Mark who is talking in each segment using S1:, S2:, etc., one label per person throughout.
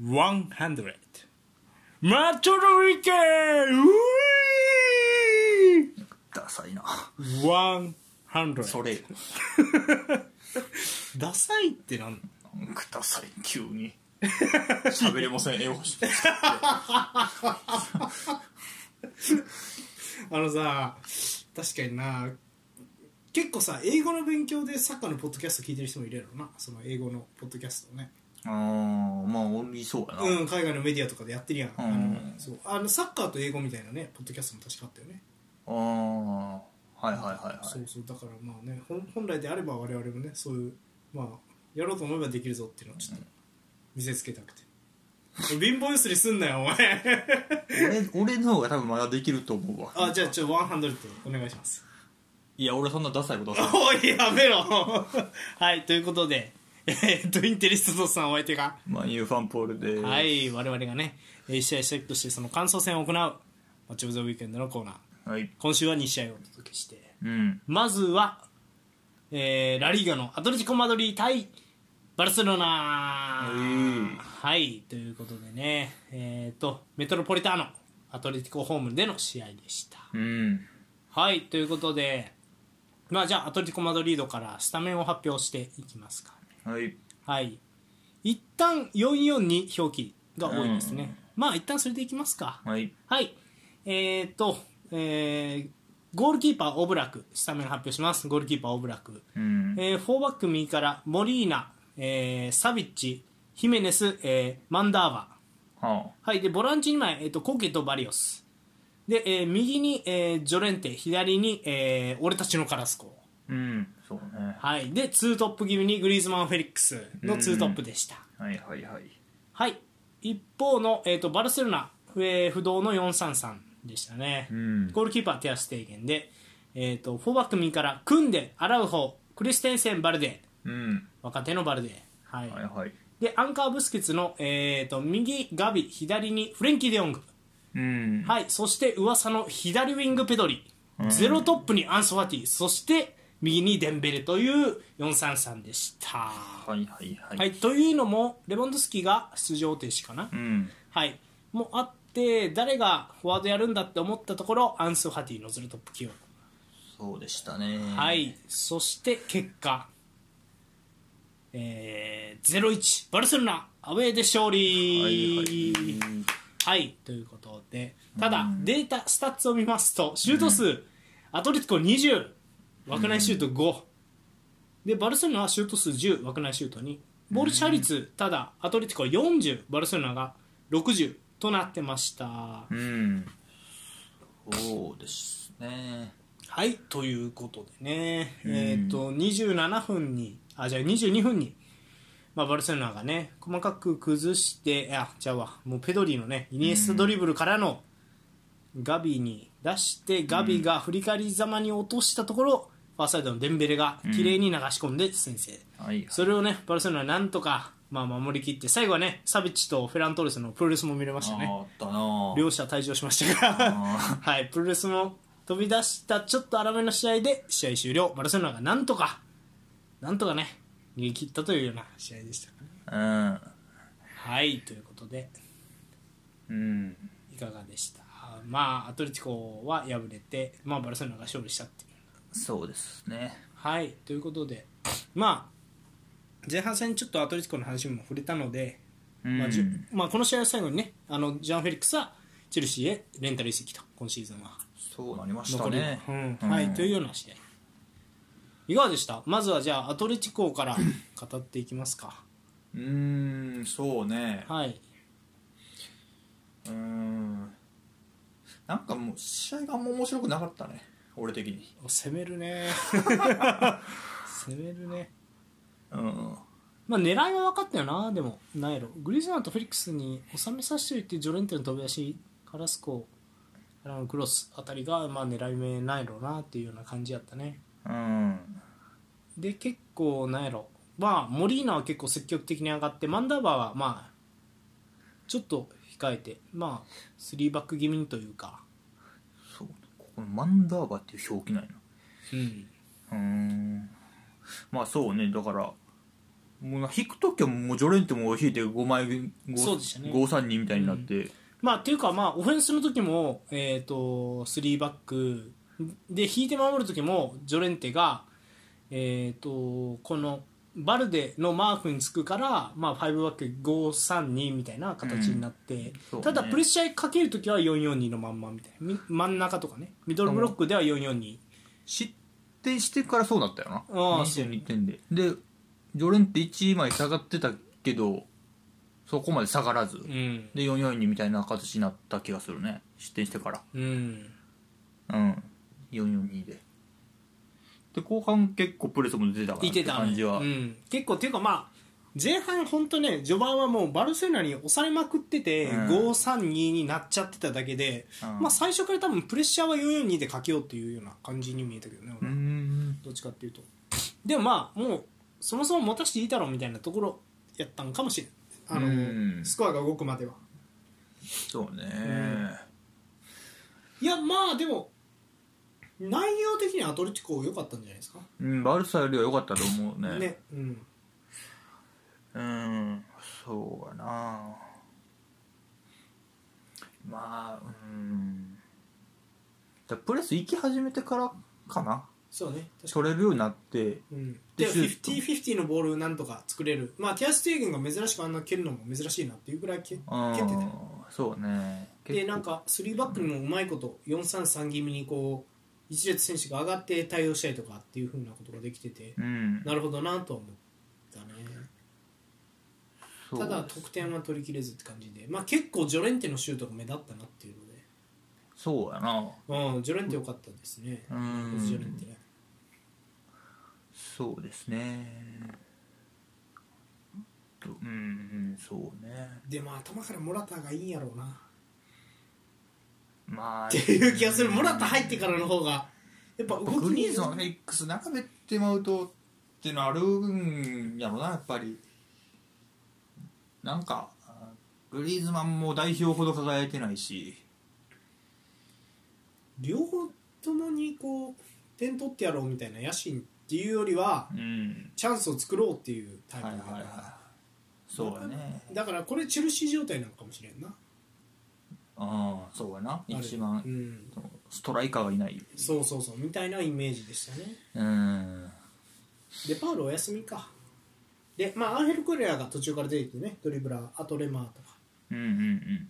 S1: 100マトロリケう
S2: ダサいな
S1: ぃ100
S2: それ
S1: ダサいってなん
S2: なんかダサい急 に喋れません英語
S1: あのさ確かにな結構さ英語の勉強でサッカーのポッドキャスト聞いてる人もいるやろなその英語のポッドキャストをね
S2: ああまあ俺理そうやな、
S1: うん、海外のメディアとかでやってるやん、
S2: うん
S1: あのそうあのサッカーと英語みたいなねポッドキャストも確かあったよね、
S2: ああはいはいはいはい
S1: そうそうだからまあねほん本来であれば我々もねそういうまあやろうと思えばできるぞっていうのをちょっと見せつけたくて、貧乏ゆすりすんなよお前
S2: 俺俺の方が多分まだできると思うわ
S1: あじゃあちょ100お願いします
S2: いや俺そんなダサいことは
S1: おいやめろ はいということでえーっとインテリストさんお相手が
S2: マンユーファンポールで
S1: は
S2: はい
S1: 我々がね1試合試合としてその感想戦を行うマッチオブザウィークエンドのコーナー
S2: はい
S1: 今週は2試合をお届けして
S2: うん
S1: まずは、えーラリーガのアトレティコ・マドリー対バルセロナ、
S2: うん
S1: はいということでねえっ、とメトロポリターノアトレティコホームでの試合でした
S2: うん
S1: はいということでまあじゃあアトレティコ・マドリードからスタメンを発表していきますか
S2: はい
S1: はい一旦442表記が多いですね、まあ一旦それでいきますか
S2: はい
S1: はい。えーっと、えーゴールキーパー、オブラク、スタメン発表します。ゴールキーパー、オブラク。
S2: うん
S1: えー、フォーバック右から、モリーナ、えーサビッチ、ヒメネス、えーマンダーバ。
S2: は
S1: はい。で、ボランチ2枚、えーっと、コケとバリオス。で、えー右に、えージョレンテ、左に、えー俺たちのカラスコ。
S2: あうんそうね
S1: はい。で、ツートップ気味にグリーズマン・フェリックスのツートップでした。
S2: はいはいはい
S1: はい。一方の、えーっと、バルセロナ、えー不動の433でしたね。
S2: うん
S1: ゴールキーパー手足提言で、えー、とフォーバック右から組んで洗う方クリステンセン・バルデ
S2: うん
S1: 若手のバルデ、はい
S2: はいはい
S1: でアンカーブスケツの、えー、と右ガビ左にフレンキー・デヨング、
S2: うん
S1: はい、そして噂の左ウィングペドリ、ゼロトップにアンソファティそして右にデンベレという433でした、は
S2: はいはいはい
S1: いというのもレバンドフスキが出場停止かな、
S2: うん
S1: はい、もうあって誰がフォワードやるんだって思ったところアンソファティのゼロトップ起用
S2: そうでしたね
S1: はい、そして結果、えー、0-1バルセロナアウェーで勝
S2: は
S1: 利
S2: い
S1: は、
S2: はいい
S1: ということでただ、データスタッツを見ますとシュート数、アトレティコ20枠内シュート5、でバルセロナはシュート数10枠内シュート2ボール射率、ただアトレティコは40バルセロナが60となってました、
S2: うんそうですね
S1: はい、ということでね、えっ、と、27分に、あ、じゃあ22分に、まあ、バルセロナがね、細かく崩して、あ、じゃあわ、もうペドリのね、イニエスタドリブルからのガビに出して、ガビが振り返りざまに落としたところ、ファーサイドのデンベレが綺麗に流し込んで先制。
S2: はい
S1: それをね、バルセロナなんとか、まあ、守り切って、最後はね、サビッチとフェラントーレスのプロレスも見れましたね。
S2: あったな
S1: 両者退場しましたが、
S2: あ
S1: はい、プロレスも飛び出したちょっと荒めの試合で試合終了バルセロナがなんとかなんとかね逃げ切ったというような試合でしたかね
S2: うん
S1: はいということで
S2: うん
S1: いかがでしたまあアトレティコは敗れて、まあ、バルセロナが勝利したっていう
S2: そうですね
S1: はいということでまあ前半戦にちょっとアトレティコの話にも触れたので、
S2: うん
S1: まあじゅまあ、この試合の最後にねあのジャン・フェリックスはチェルシーへレンタル移籍と今シーズンは
S2: そうなりました
S1: 残り
S2: ね
S1: うんはい、というような試合いかがでしたまずはじゃあアトレチコから語っていきますか
S2: うーんそうね
S1: はい、
S2: うーんなんかもう試合があんま面白くなかったね俺的に
S1: お攻める ね攻めるね
S2: うん
S1: まあ狙いは分かったよなでもなんやろグリーズマンとフェリックスに収めさせておいてジョレンテの飛び出しカラスコあのクロスあたりがまあ狙い目ないろうなっていうような感じやったね
S2: うん
S1: で結構なんやろまあモリーナは結構積極的に上がってマンダーバーはまあちょっと控えてまあ3バック気味にというか
S2: そうここのマンダーバっていう表記ないな
S1: うん
S2: うーんまあそうねだからもうな引く時はもうジョレンテも引いて5枚
S1: そうでしたね
S2: 532みたいになって、
S1: まあ、っていうか、まあ、オフェンスの時も、えー、と3バックで引いて守る時もジョレンテが、えー、とこのバルデのマークにつくから、まあ、5バック532みたいな形になって、
S2: そうね
S1: ただプレッシャーかける時は442のまんまみたいなみ真ん中とかねミドルブロックでは442。
S2: 失点してからそうだったよな
S1: ああ
S2: 22点ででジョレンテ1枚下がってたけどそこまで下がらず、
S1: うん
S2: で442みたいな形になった気がするね失点してから
S1: うん
S2: うん442でで後半結構プレスも出てたから
S1: い
S2: って
S1: てたね
S2: 感じは、
S1: うん、結構っていうかまあ前半本当ね序盤はもうバルセロナに押されまくってて、
S2: うん
S1: 532になっちゃってただけで、
S2: うん
S1: まあ最初から多分プレッシャーは442でかけようっていうような感じに見えたけどね、
S2: う
S1: 俺
S2: ー
S1: は
S2: ん
S1: どっちかっていうとでもまあもうそもそも持たしていいだろうみたいなところやったんかもしれんあの、
S2: うん
S1: スコアが動くまでは
S2: そうね、
S1: いやまあでも内容的にはアトレティコ良かったんじゃないですか
S2: うん、バルサよりは良かったと思うね
S1: ねうん
S2: うんそうやなまあうんだプレス行き始めてからかな
S1: そうね確かに
S2: 取れるようになって
S1: うん、
S2: で
S1: で
S2: シュート
S1: 50/50のボールなんとか作れる、まあ、ティアステーゲンが珍しくあんな蹴るのも珍しいなっていうぐらい蹴蹴って
S2: うん
S1: たよ
S2: そうね
S1: でなん
S2: か
S1: か3バックにもうまいこと433気味にこう一列選手が上がって対応したりとかっていうふうなことができてて
S2: うん
S1: なるほどなとは思ったね
S2: そう
S1: ただ得点は取りきれずって感じで、まあ、結構ジョレンテのシュートが目立ったなっていう
S2: そうやな
S1: ので、うん、ジョレンテ良かったですね、
S2: うん
S1: ジョレンテね
S2: そうですねとうんうんそうね
S1: でも頭からモラタがいいんやろうな
S2: まあ
S1: っていう気がするモラタ入ってからの方がやっぱ動きに
S2: グリーンズのフェイクス並べてまうとっていうのあるんやろなやっぱりなんかあグリーズマンも代表ほど輝いてないし
S1: 両方ともにこう点取ってやろうみたいな野心っていうよりは
S2: うん
S1: チャンスを作ろうっていうタ
S2: は
S1: イ
S2: い
S1: プ
S2: は
S1: だ
S2: い
S1: から、
S2: はいそうやね
S1: だからこれチェルシー状態なのかもしれんな
S2: ああそうやな
S1: ある
S2: 一番
S1: うん、
S2: そのストライカーがいない
S1: そうそうそうみたいなイメージでしたね
S2: うん
S1: でパウルお休みかでまあアンヘル・クレアが途中から出てきてねドリブラーアトレマーとか、
S2: うんうんうん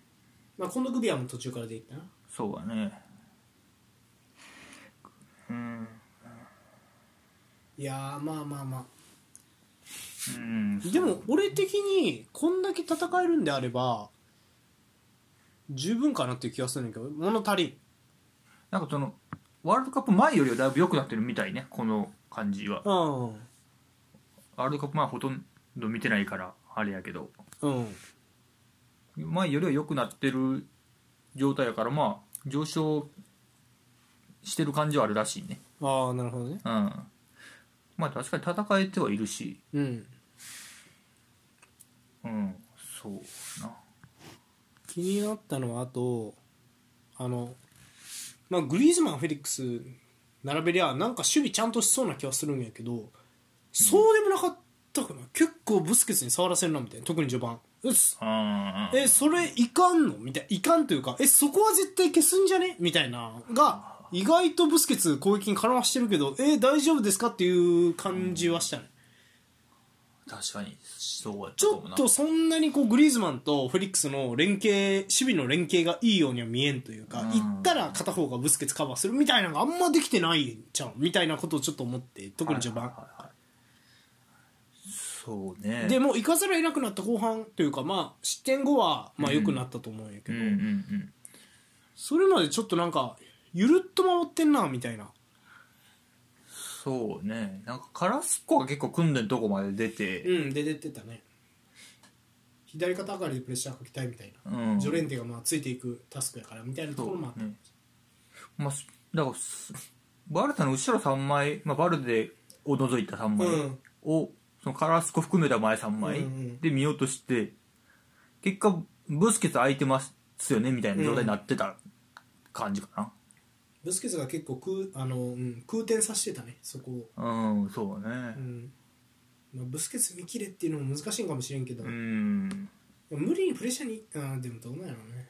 S1: まあ、今度グビアも途中から出てきたな
S2: そうやねうん
S1: いやーまあまあまあ
S2: うん
S1: でも俺的にこんだけ戦えるんであれば十分かなっていう気がするんだけど物足りん
S2: なんかそのワールドカップ前よりはだいぶ良くなってるみたいねこの感じは
S1: うん
S2: ワールドカップ前ほとんど見てないからあれやけど
S1: うん
S2: 前よりは良くなってる状態やからまあ上昇してる感じはあるらしいね
S1: ああなるほどね
S2: うんまあ確かに戦えてはいるし
S1: うん
S2: うんそうな
S1: 気になったのはあとあの、まあ、グリーズマンフェリックス並べりゃなんか守備ちゃんとしそうな気はするんやけどそうでもなかったかな結構ブスケツに触らせるなみたいな特に序盤うっす
S2: あ
S1: えそれいかんのみたいないかんというかえそこは絶対消すんじゃねみたいなが意外とブスケツ攻撃に絡ましてるけどえ大丈夫ですかっていう感じはしたね
S2: 確かにそうや
S1: ちょっとそんなにこうグリーズマンとフェリックスの連携守備の連携がいいようには見えんというか、
S2: うん
S1: 行ったら片方がブスケツカバーするみたいなのがあんまできてないんちゃうみたいなことをちょっと思って特に序盤、
S2: そうね
S1: でもう行かざるを得なくなった後半というか、まあ、失点後はまあ良くなったと思うんやけ
S2: う
S1: ど、
S2: んうんうん
S1: それまでちょっとなんかゆるっと回ってんなみたいな
S2: そうねなんかカラスコが結構組んでるとこまで出て、
S1: うんで出てたね左肩上がりでプレッシャーかけたいみたいな、
S2: うん
S1: ジョレンテがまあついていくタスクやからみたいなとこ
S2: そ
S1: ろ
S2: う
S1: もあった、
S2: ねまあすだからすバルタの後ろ3枚、まあ、バルデを除いた3枚
S1: うん
S2: を、そのカラスコ含めた前3枚
S1: うんうん
S2: で見ようとして、結果ブスケツ空いてますよねみたいな状態になってた感じか
S1: ブスケツが結構空あの、うん、空転させてたねそこを、
S2: なうんそうね、
S1: うん、まあ、ブスケツ見切れっていうのも難しいんかもしれんけど、
S2: うん
S1: 無理にプレッシャーにあーでもどうなんやろうね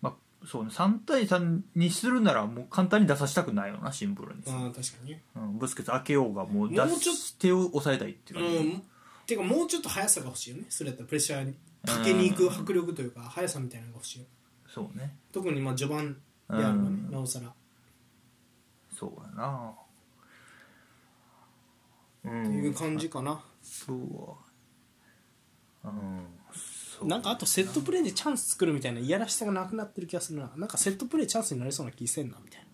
S2: まあそうね3対3にするならもう簡単に出させたくないよなシンプルに、
S1: ああ確かにね
S2: うん、ブスケツ開けようがもう出
S1: もうちょっ
S2: す手を抑えたいっていう
S1: う
S2: 感じ、
S1: んていうかもうちょっと速さが欲しいよねそれやったらプレッシャーにかけに行く迫力というか速さみたいなのが欲しいよ
S2: そうね
S1: 特にまあ序盤であるばね
S2: うん
S1: なおさら
S2: そうやなう
S1: というん感じかな、
S2: そうはうんそう
S1: なんかあとセットプレーでチャンス作るみたいないやらしさがなくなってる気がするななんかセットプレーチャンスになりそうな気せんなみたいな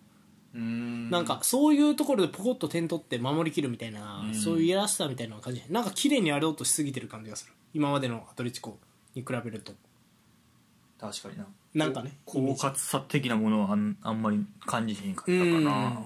S2: うん
S1: なんかそういうところでポコッと点取って守りきるみたいな、
S2: うん
S1: そういういやらしさみたいなのを感じないなんか綺麗にやろうとしすぎてる感じがする今までのアトレチコに比べると
S2: 確かにな
S1: なんかね
S2: こう狡猾さ的なものはあんあんまり感じへんかったかな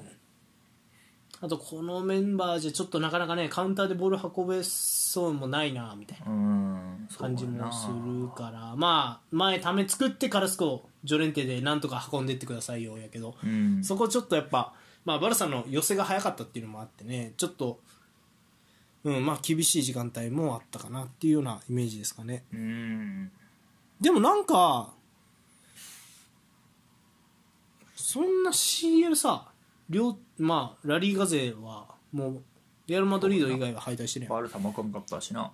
S1: あとこのメンバーじゃちょっとなかなかねカウンターでボール運べそうもないなみたいな
S2: うんそうや
S1: 感じ
S2: な
S1: もするからまあ前ため作ってカラスコジョレンテでなんとか運んでってくださいよやけど、
S2: うん
S1: そこちょっとやっぱ、まあ、バルサの寄せが早かったっていうのもあってねちょっと、うんまあ、厳しい時間帯もあったかなっていうようなイメージですかね
S2: うん
S1: でもなんかそんな CL さ両、まあ、ラリーガ勢はもうレアル・マドリード以外は敗退してるやん
S2: 悪さもかんかったしな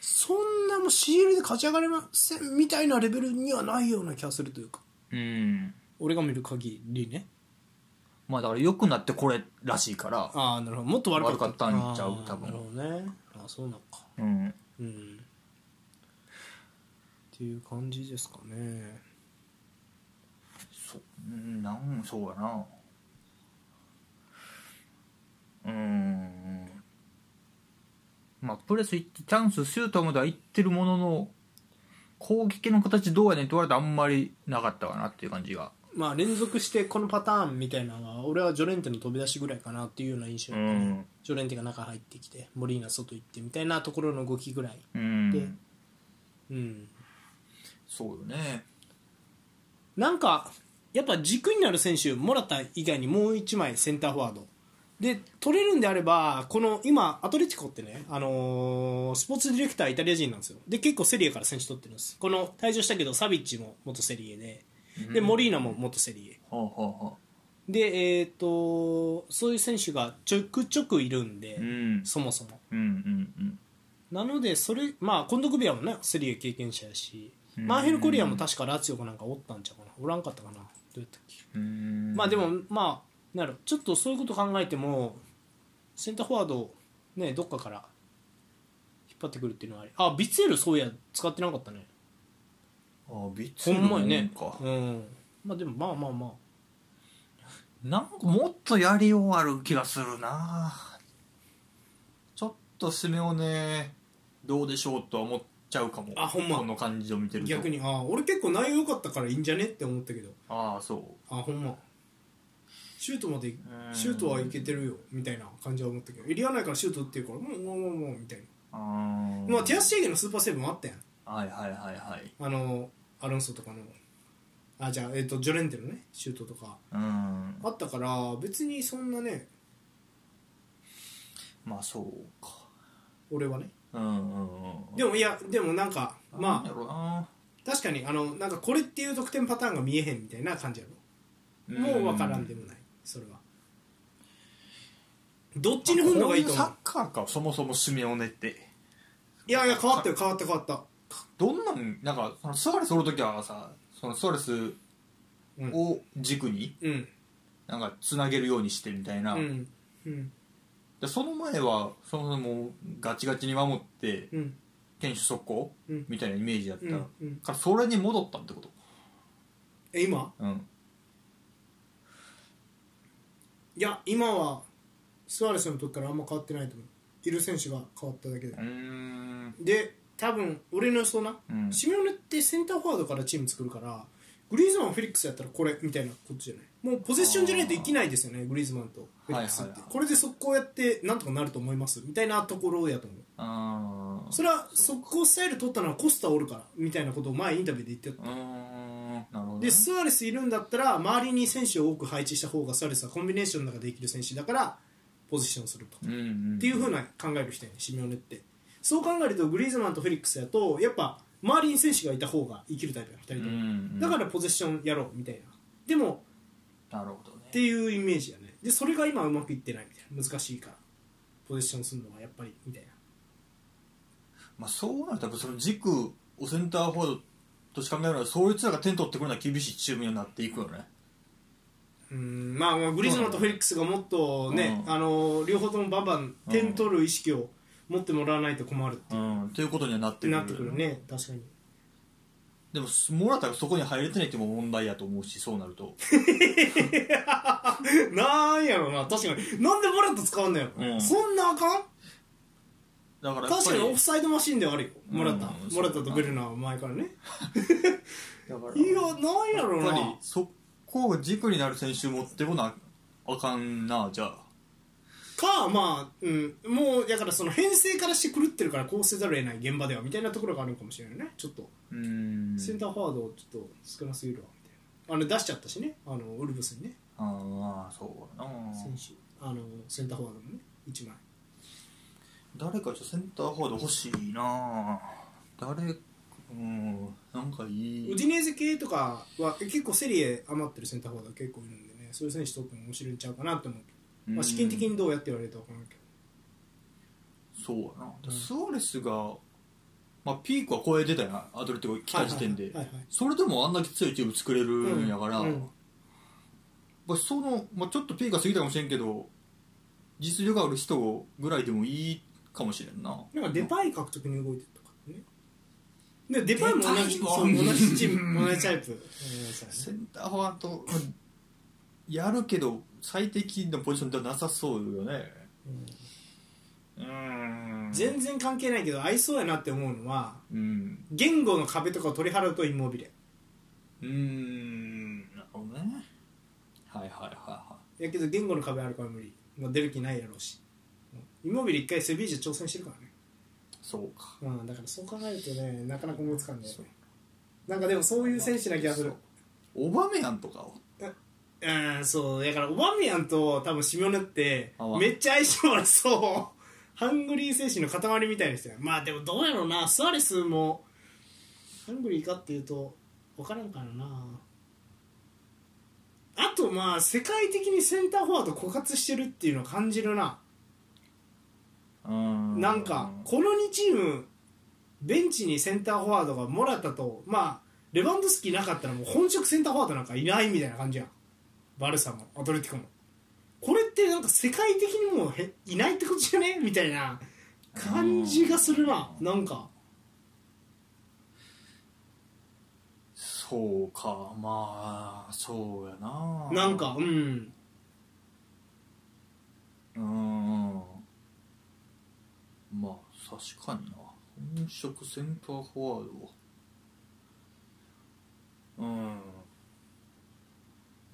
S1: そんなもう CL で勝ち上がれませんみたいなレベルにはないような気がするというか
S2: うん
S1: 俺が見る限りね
S2: まあだから良くなってこれらしいから
S1: ああなるほどもっと悪かった
S2: 悪かったんちゃう
S1: ああ
S2: 多分
S1: なるほどねああそうなのか
S2: うん
S1: うんっていう感じですかね
S2: そううんなんそうやなうんまあプレス行ってチャンスシュートまでは行ってるものの攻撃の形どうやねんって言われたらあんまりなかったかなっていう感じが
S1: まあ連続してこのパターンみたいなのは俺はジョレンテの飛び出しぐらいかなっていうような印象、
S2: うん
S1: ジョレンテが中入ってきてモリーナ外行ってみたいなところの動きぐらい
S2: うん
S1: でうん
S2: そうよね
S1: なんかやっぱ軸になる選手もらった以外にもう1枚センターフォワードで取れるんであればこの今アトレティコってね、あのースポーツディレクターイタリア人なんですよで結構セリエから選手取ってるんですこの退場したけどサビッチも元セリエででモリーナも元セリエ
S2: はあはあはあ
S1: でえっ、とそういう選手がちょくちょくいるんで、
S2: うん
S1: そもそも
S2: うんうん
S1: なのでそれまあコンドクビアもねセリエ経験者やし、
S2: うん
S1: マンヘルコリアも確かラツィオかなんかおったんちゃうかなおらんかったかなどうやったっけ
S2: うんうん
S1: まあでもまあなるちょっとそういうこと考えてもセンターフォワードをねどっかから引っ張ってくるっていうのはありあビツエルそういや使ってなかったね
S2: あビッ
S1: ほ
S2: ツ
S1: んまにね
S2: か
S1: うんまあでもまあまあまあ
S2: なんかもっとやりようある気がするなちょっとスメをねどうでしょうとは思っちゃうかも
S1: あほんま
S2: この感じを見てると
S1: 逆にあ俺結構内容良かったからいいんじゃねって思ったけど
S2: ああそう
S1: あほんまシュートまで
S2: ん
S1: シュートはいけてるよみたいな感じは思ったけどエリア内からシュート打ってるからもうもうもうもうみたい
S2: あ
S1: な
S2: ー
S1: まあティアスシェーゲのスーパーセーブもあったやん
S2: はいはいはいはい
S1: あのアロンソとかのあじゃあ、えっとジョレンテのねシュートとか
S2: うん
S1: あったから別にそんなね
S2: まあそうか
S1: 俺はね
S2: うんうんうん
S1: でもいやでもなんか
S2: なん
S1: ま
S2: や
S1: あ
S2: ろな
S1: 確かにあのなんかこれっていう得点パターンが見えへんみたいな感じやろもう分からんでもないそれはどっちに本能がいいと思
S2: こ
S1: う
S2: ううサッカーかそもそもスメオネって
S1: いやいや変わったよ変わった変わった
S2: どんなんなんかそのスアレスおる時はさそのスアレスを軸に
S1: うん
S2: なんかつなげるようにしてみたいな、
S1: うんうん
S2: でその前はそのもうガチガチに守って
S1: うん
S2: 堅守速攻
S1: うん
S2: みたいなイメージだった、
S1: うんうん
S2: からそれに戻ったってこと
S1: え今
S2: うん
S1: いや今はスアレスの時からあんま変わってないと思ういる選手が変わっただけで
S2: うん
S1: で多分俺の予想な、
S2: うん
S1: シメオネってセンターフォワードからチーム作るからグリーズマンフェリックスやったらこれみたいなことじゃないもうポゼッションじゃないといけないですよねグリーズマンとフェリックスって、
S2: はいはいはい
S1: これで速攻やってなんとかなると思いますみたいなところやと思う
S2: あー
S1: それは速攻スタイル取ったのはコスタおるからみたいなことを前インタビューで言ってた
S2: うーんなるほどね
S1: でスアレスいるんだったら周りに選手を多く配置した方がスアレスはコンビネーションの中でできる選手だからポジションすると、
S2: うんうん、
S1: っていう風な考える人やねシメオネってそう考えるとグリーズマンとフェリックスやとやっぱ周りに選手がいた方が生きるタイプや2人と
S2: うん
S1: も、
S2: うん、
S1: だからポゼッションやろうみたいなでも
S2: なるほどね
S1: っていうイメージやねでそれが今うまくいってないみたいな難しいからポゼッションするのはやっぱりみたいな
S2: まあ、そうなるとやっぱその軸をセンターフォワードとして考えるのはそういうつらが点取ってくるのは厳しいチームにはなっていくよね
S1: うんまあ、まあグリーズマンとフェリックスがもっとね、
S2: うん
S1: あの両方ともバンバン点取る意識を持ってもらわないと困るっ
S2: うんということにはなって
S1: て
S2: くる
S1: なってくるね確かに
S2: でもモラタがそこに入れてないっていうのも問題やと思うしそうなると
S1: なんやろな確かになんでモラット使わんのやろ、
S2: うん
S1: そんなあかん
S2: だからやっ
S1: 確
S2: ぱ
S1: か
S2: り
S1: にオフサイドマシンではあるよ
S2: うん
S1: モラッタ、
S2: うん
S1: モラッタとベルナーは前からね
S2: だから
S1: いやなんやろ
S2: やっぱり
S1: な
S2: そこを軸になる選手持ってこなあかんなじゃあ
S1: かまあ、うん、もうだからその編成からして狂ってるからこうせざるを得ない現場ではみたいなところがあるのかもしれないねちょっと
S2: うん
S1: センターフォワードちょっと少なすぎるわみたいなあの出しちゃったしねあのウルブスにね
S2: ああそうやな
S1: 選手あのセンターフォワードのね一枚
S2: 誰かちょっとセンターフォワード欲しいな誰うんなんかい
S1: ウ
S2: い
S1: ディネーゼ系とかはえ結構セリエ余ってるセンターフォワード結構いるんでねそういう選手とっても面白いんちゃうかなと思うけど、まあ、資金的
S2: うん
S1: にどうやって言われると分からんけど
S2: そうやな、
S1: うん
S2: スアレスが、まあ、ピークは超えてたやんアドレティコ来た時点で、
S1: はいはいはいはい
S2: それでもあんだけ強いチーム作れるんやから、
S1: うんうん
S2: まあ、その、まあ、ちょっとピークは過ぎたかもしれんけど実力がある人ぐらいでもいいかもしれんな
S1: なんかデパイ獲得に動いてるとかねでデパイも同じ
S2: デパイも
S1: そう同じチーム同じタ イプ同じタイプ
S2: センターフォワードまあやるけど最適なポジションではなさそうよね
S1: うん
S2: うん
S1: 全然関係ないけど合いそうやなって思うのは
S2: うん
S1: 言語の壁とかを取り払うとインモビレ
S2: うんなるほどねはいはいはいはい
S1: やけど言語の壁あるから無理、まあ、出る気ないやろうしインモビレ一回セビージャ挑戦してるからね
S2: そうか
S1: うん、だからそう考えるとねなかなか思いつかんねなんかでもそういう選手な気がする
S2: オバメヤンとかを
S1: うんそうだからオバミアンと多分シミオネって
S2: あわ
S1: めっちゃ相性悪そう ハングリー精神の塊みたいな人やまあでもどうやろうなスアレスもハングリーかっていうと分からんからなあとまあ世界的にセンターフォワード枯渇してるっていうのを感じるななんかこの2チームベンチにセンターフォワードがモラタとまあレバンドフスキーなかったらもう本職センターフォワードなんかいないみたいな感じやんバルサもアトレティコもこれってなんか世界的にもうへいないってことじゃねみたいな感じがするななんか
S2: そうかまあそうやな
S1: なんかうん
S2: うんまあ確かにな本職センターフォワードうん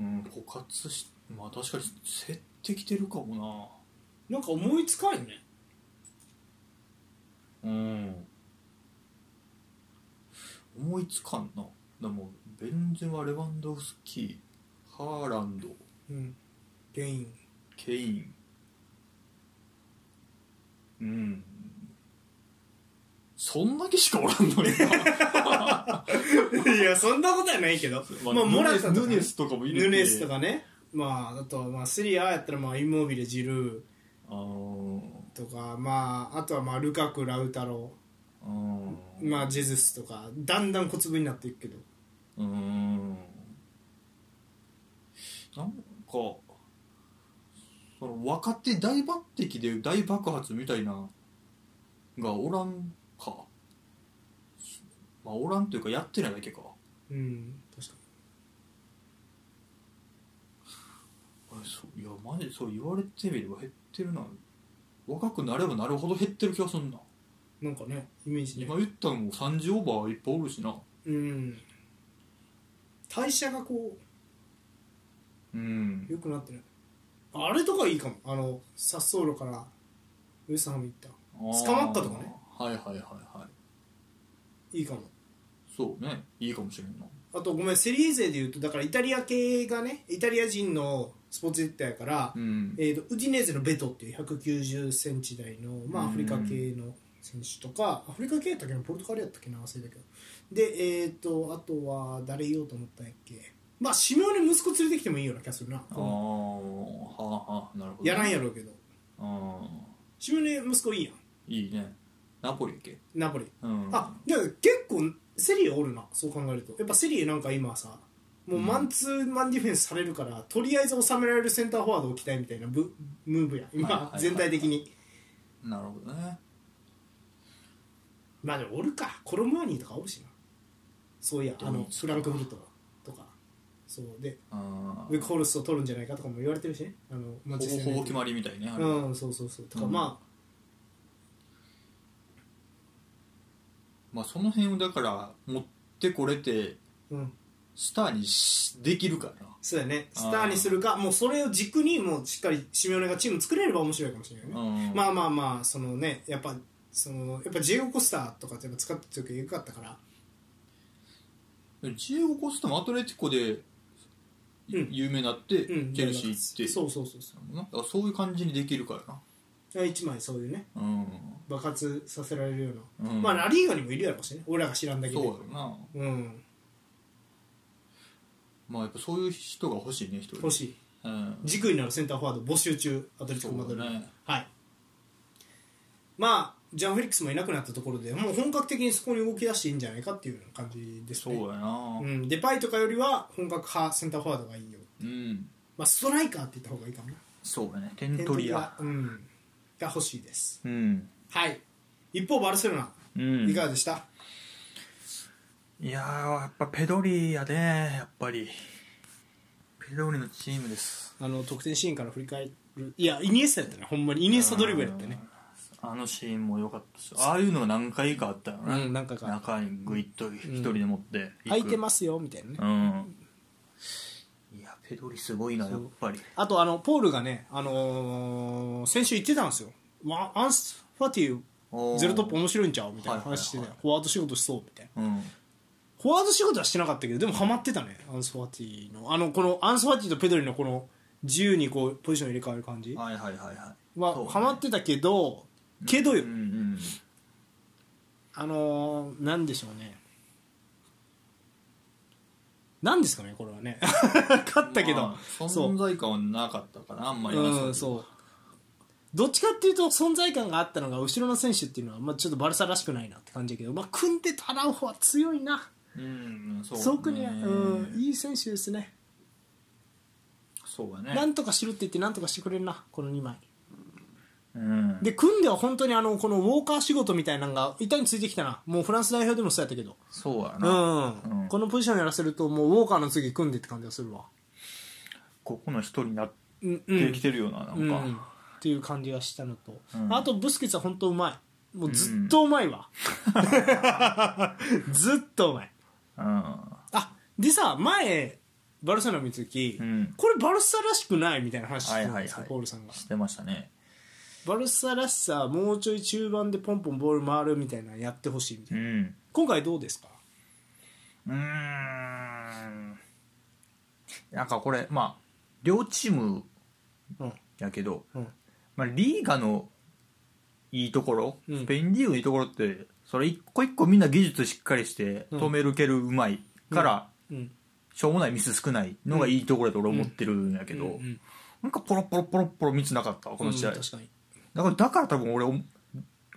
S2: うん枯渇しまあ確かに競ってきてるかも
S1: なんか思いつかんよね
S2: なうん思いつかんなでもベンゼマ・レバンドフスキーハーランド
S1: うん原因
S2: ケインうんそんだけしかおらんのにな
S1: いやそんなことはないけど まあモラタとか
S2: ヌ
S1: ね
S2: ネスとかもいる
S1: ヌネスとかねまああとはまあセリアやったらまあインモービレジルー
S2: あー
S1: とか、まあ、あとはまあルカク、ラウタロ
S2: あー
S1: ー、まあ、ジェズスとかだんだん小粒になっていくけど
S2: うーんなんかその若手大抜擢で大爆発みたいながおらんかまあおらんというかやってないだけか
S1: うん確か
S2: あそういやマジでそう言われてみれば減ってるな若くなればなるほど減ってる気がすんな
S1: になんかねイメージね
S2: 今言ったのも30オーバーいっぱいおるしな
S1: うん代謝がこ
S2: うん
S1: う良くなってないあれとかいいかもあの殺走路からウエストハム行った捕まったとかね
S2: はいはいはいはい
S1: いいかも
S2: そうねいいかもしれんな
S1: あとごめんセリエ勢で言うとだからイタリア系がねイタリア人のスポーツディレクターやから、
S2: うん
S1: えー、とウディネーゼのベトっていう1 9 0センチ台の、まあ、
S2: うん
S1: アフリカ系の選手とか、アフリカ系やったっけなポルトガルやったっけな忘れたけどで、えー、とあとは誰言おうと思ったんやっけまあシミオネ息子連れてきてもいいような気がするな
S2: ああはあはあなるほど
S1: やらん
S2: や
S1: やろうけど
S2: あ
S1: シミオネ息子いいやん
S2: ーいいねナポリやっけ
S1: ナポリ
S2: うん
S1: あじゃあ結構セリエおるなそう考えるとやっぱセリエなんか今さもうマンツーマンディフェンスされるから、とりあえず収められるセンターフォワードを置きたいみたいなブムーブや
S2: はいは
S1: 今
S2: いはい
S1: 全体的に
S2: なるほどね
S1: まあでもおるかコロムアニーとかおるしなそういやあ
S2: ド
S1: の
S2: イツ
S1: フランクフルトとかそうで
S2: あ
S1: ウェクホルストを取るんじゃないかとかも言われてるしねあの
S2: ほ
S1: マンチェス
S2: ぼ
S1: ターユナ
S2: ほぼ
S1: イテ
S2: 決
S1: ッド
S2: まりみたいねあれは
S1: うんそうそうそうとか、
S2: うん
S1: まあ
S2: まあその辺をだから持ってこれて
S1: うん
S2: スターにしできるか
S1: そうだよねスターにするかもうそれを軸にもうしっかりシミオネがチーム作れれば面白いかもしれないよね
S2: なうん
S1: ま
S2: あ
S1: あまあまあそのねやっぱそのやっぱジェイゴ・コスターとかってやっぱ使ってた時がよかったから
S2: ジエゴ・コスタもアトレティコで
S1: うん
S2: 有名になってチ
S1: うん
S2: ェルシー行って
S1: そうそうそうそ
S2: なんかそういう感じにできるから
S1: う一枚そういうね
S2: なうん
S1: 爆発させられるような、
S2: うん
S1: まあラリーガにもいるやろうしね俺らが知らんだけで
S2: そうやろな
S1: うん
S2: まあやっぱそういう人が欲しいね一人
S1: 欲しい
S2: うん
S1: 軸になるセンターフォワード募集中アトレティコ・マド
S2: そう
S1: リー
S2: だ
S1: ド、
S2: ね
S1: はいまあジャン・フェリックスもいなくなったところでもう本格的にそこに動き出していいんじゃないかっていうような感じです
S2: そう
S1: ね
S2: やな
S1: うん、デパイとかよりは本格派センターフォワードがいいよ、
S2: うん
S1: まあ、ストライカーって言った方がいいかもな
S2: そうやね点取り屋
S1: うん、が欲しいです
S2: うん
S1: はい一方バルセロナ、
S2: うん
S1: いかがでした
S2: いやーやっぱペドリやねやっぱりペドリのチームです
S1: あの得点シーンから振り返るいやイニエスタやったねほんまにイニエスタドリブルやったね
S2: あのシーンも良かったしああいうのが何回かあったよ
S1: う
S2: ね、
S1: んなんかが
S2: 中にグイッと一人で持って
S1: 空いて
S2: す
S1: ますよみたいなね
S2: うんいやペドリすごいな
S1: そう
S2: やっぱり
S1: あとあのポールがね、あのー先週言ってたんですよワンアンスファティ
S2: おー
S1: ゼロトップ面白いんちゃうみたいな話して
S2: は
S1: ね
S2: いはいはい
S1: フォワード仕事しそうみたいな
S2: うん
S1: フォワード仕事はしてなかったけどでもハマってたねアンスファティのあのこのアンスファティとペドリのこの自由にこうポジション入れ替わる感じ
S2: はいはいはいはい
S1: は、
S2: そうね
S1: ハマってたけどけどよ、
S2: うんうん
S1: あのー、なんでしょうねなんですかねこれはね勝ったけど、
S2: まあ存在感はなかったかなあんまり
S1: うんそうどっちかっていうと存在感があったのが後ろの選手っていうのは、まあ、ちょっとバルサらしくないなって感じだけど、まあ、組んでたラウホは強いな
S2: ううんそう
S1: すごくね
S2: ね
S1: うん、いい選手ですね
S2: そうや
S1: な
S2: ね
S1: んとかしろって言ってなんとかしてくれるなこの2枚
S2: うん
S1: で組んでは本当にあのこのウォーカー仕事みたいなのが板についてきたなもうフランス代表でもそうやったけど
S2: そうや
S1: う、
S2: なんうん
S1: このポジションやらせるともうウォーカーの次組んでって感じがするわ
S2: ここの一人になっ
S1: うん
S2: てきてるようななん
S1: うん
S2: か
S1: っていう感じがしたのと、
S2: うん
S1: あとブスケツは本当うまいもうずっとうまいわ、ずっとうまい
S2: うん
S1: あでさ前バルセロナ見た時、
S2: うん
S1: これバルサらしくないみたいな話してたんですよ、
S2: はいはいはい
S1: ポールさんが
S2: してましたね
S1: バルサらしさもうちょい中盤でポンポンボール回るみたいなのやってほしいみた
S2: う
S1: いな、
S2: ん
S1: 今回どうですか
S2: うーんなんかこれまあ両チーム
S1: うん
S2: やけど、
S1: うん
S2: まあ、リーガのいいところ、
S1: うん
S2: スペインリーグのいいところってそれ一個一個みんな技術しっかりして
S1: うん
S2: 止める蹴るうまいから、
S1: うん
S2: しょうもないミス少ないのがいいところだと俺思ってるんやけど、
S1: うんうん
S2: なんかポロポロポロポロミスなかったわこの試合、
S1: うん確かに
S2: だからだから多分俺お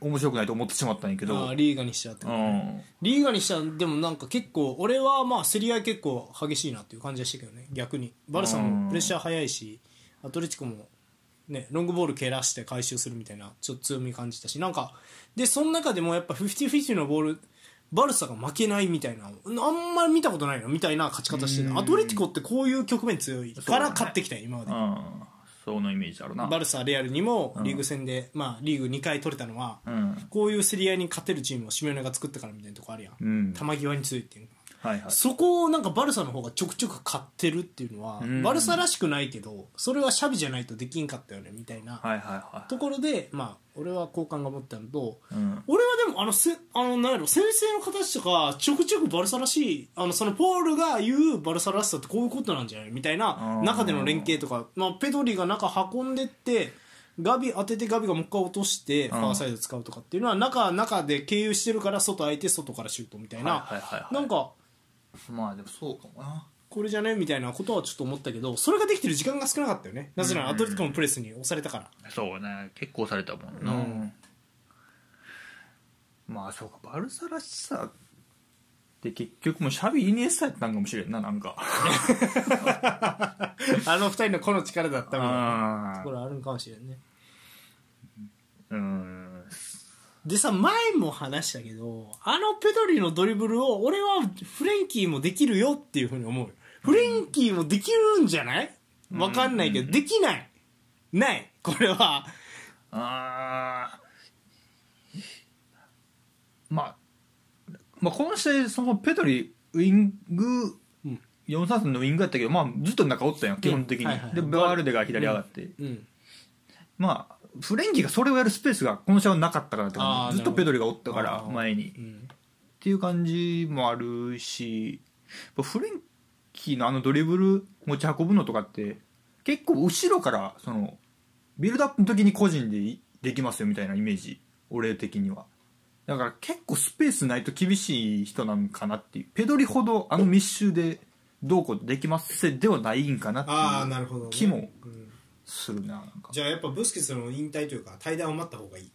S2: 面白くないと思ってしまったんやけど
S1: あーリーガにしちゃって
S2: うん、うん
S1: リーガにしたらでもなんか結構俺はまあ競り合い結構激しいなっていう感じがしたけどね逆にバルサもプレッシャー早いしアトレティコも、ね、ロングボール蹴らして回収するみたいなちょっと強み感じたしなんかでその中でもやっぱ50-50のボールバルサが負けないみたいなあんまり見たことないのみたいな勝ち方して
S2: うん
S1: たアトレティコってこういう局面強いから勝ってきたよ今まで。
S2: そのイメージあるな
S1: バルサ、レアルにもリーグ戦で、まあ、リーグ2回取れたのは、
S2: うん
S1: こういう競り合いに勝てるチームをシメオネが作ったからみたいなとこあるやん、
S2: うん
S1: 球際に強いっていうの
S2: はいはい
S1: そこをなんかバルサの方がちょくちょく買ってるっていうのは、
S2: うん
S1: バルサらしくないけどそれはシャビじゃないとできんかったよねみたいな
S2: はいはいは
S1: ところで、まあ、俺は好感が持ったのと
S2: い、うん、
S1: 俺はでもあのせあのなんやろ先生の形とかちょくちょくバルサらしいあのそのポールが言うバルサらしさってこういうことなんじゃないみたいな
S2: うん
S1: 中での連携とか、まあ、ペドリが中運んでってガビ当ててガビがもう一回落としてファーサイド使うとかっていうのは中中で経由してるから外空いて外からシュートみたいな、
S2: はいはいはいはい
S1: なんか
S2: まあでもそうかもな
S1: これじゃねみたいなことはちょっと思ったけどそれができてる時間が少なかったよねなぜなら
S2: うん
S1: アトレティコのプレスに押された から。
S2: そうね結構されたもんな、
S1: うん
S2: まあそうかバルサらしさって結局もうシャビイニエスタやったんかもしれんななんか
S1: あの二人の個の力だったみたいなとこ
S2: う
S1: ろあるんかもしれんね
S2: ん
S1: でさ前も話したけどあのペドリのドリブルを俺はフレンキーもできるよっていうふうに思うよフレンキーもできるんじゃないわかんないけど、できないないこれは
S2: あーまあまあこの試合そのペドリウイング
S1: うん
S2: 4-3-3のウイングやったけど、まあ、ずっと中おったんよ基本的に、
S1: はいはいはい
S2: でバールデが左上がって、
S1: うん
S2: まあフレンキーがそれをやるスペースがこの試合はなかったからって
S1: あ
S2: 感
S1: ー
S2: じずっとペドリがおったか
S1: なる
S2: ら
S1: ほど
S2: 前に
S1: う
S2: っ
S1: ん
S2: ていう感じもあるしやっぱフレンキーのあのドリブル持ち運ぶのとかって結構後ろからそのビルドアップの時に個人でいできますよみたいなイメージ俺的にはだから結構スペースないと厳しい人なのかなっていうペドリほどあの密集でどうこうできますせではないんかなって
S1: ああ
S2: い
S1: な
S2: う
S1: るほど、ね、
S2: 気も
S1: うん
S2: するななんか
S1: じゃあやっぱブスケツの引退というか対談を待った方がいい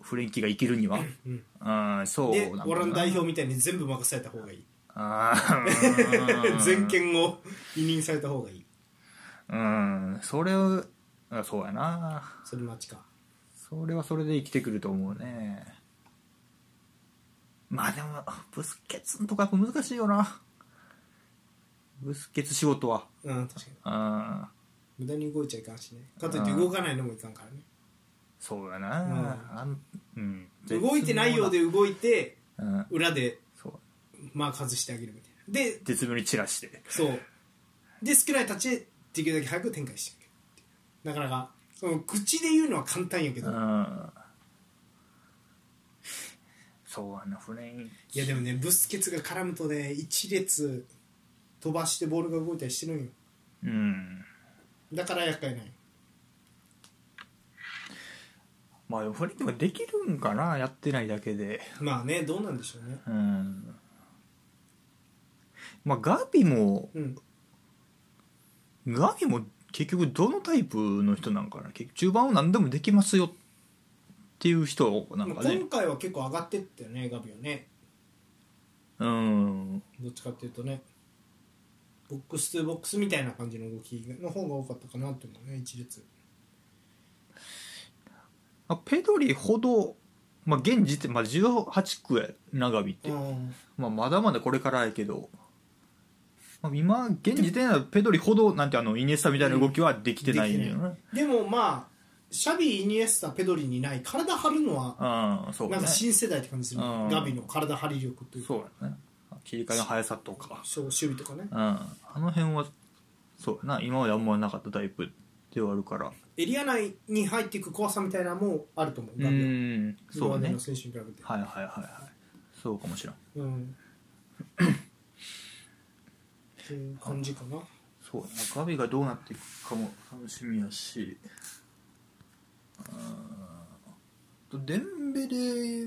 S2: フレンキーがいけるには
S1: うん
S2: あーそう
S1: で
S2: なんだな
S1: オランダ代表みたいに全部任された方がいい
S2: あー
S1: 全権を委任された方がいい
S2: うんそれをあそうやな
S1: それ待ちか
S2: それはそれで生きてくると思うねまあでもブスケツんとかやっぱ難しいよなブスケツ仕事は
S1: うん確かに
S2: あ
S1: 無駄に動いちゃいかんしねかといって動かないのもいかんからね
S2: そうやな、
S1: うん
S2: あんうん、
S1: 動いてないようで動いて
S2: うん
S1: 裏で
S2: そう
S1: マーク外してあげるみたいなで
S2: 絶妙に散らして
S1: そうで少ない立ちでできるだけ早く展開してあげるなかなかその口で言うのは簡単やけ
S2: う
S1: ど、
S2: んそうやなフレン
S1: いやでもねブスケツが絡むとね一列飛ばしてボールが動いたりしてるんよ
S2: うん
S1: だから厄介ない
S2: まあでもフレンキもできるんかなやってないだけで
S1: まあねどうなんでしょうね
S2: うんまあガビも
S1: うん
S2: ガビも結局どのタイプの人なんかな結局中盤は何でもできますよっていう人なん
S1: ま
S2: か
S1: あ
S2: ね
S1: 今回は結構上がってったよねガビはね
S2: うん
S1: どっちかっていうとねボックス2ボックスみたいな感じの動きの方が多かったかなって思うね一列
S2: あペドリほど、まあ、現時点、まあ、18区や長ビって、
S1: うん
S2: まあ、まだまだこれからやけど、まあ、今現時点ではペドリほどなんてあのイニエスタみたいな動きはできてないんだよね
S1: でもまあシャビイニエスタペドリにない体張るのは
S2: うんそう
S1: な
S2: ね
S1: んか新世代って感じする、
S2: うん
S1: ガビの体張り力というか
S2: そうやね切り替えの速さとか
S1: そう守備とかね
S2: うんあの辺はそうやな今まであんまなかったタイプではあるから
S1: エリア内に入っていく怖さみたいなのもあると思う
S2: う
S1: ガビは
S2: ん
S1: 今
S2: そう
S1: まで
S2: ね
S1: の選手に比べて、
S2: はいはいはいはいそうかもしれん
S1: うんっていう感じかな
S2: そうやなガビがどうなっていくかも楽しみやしうんデンベレ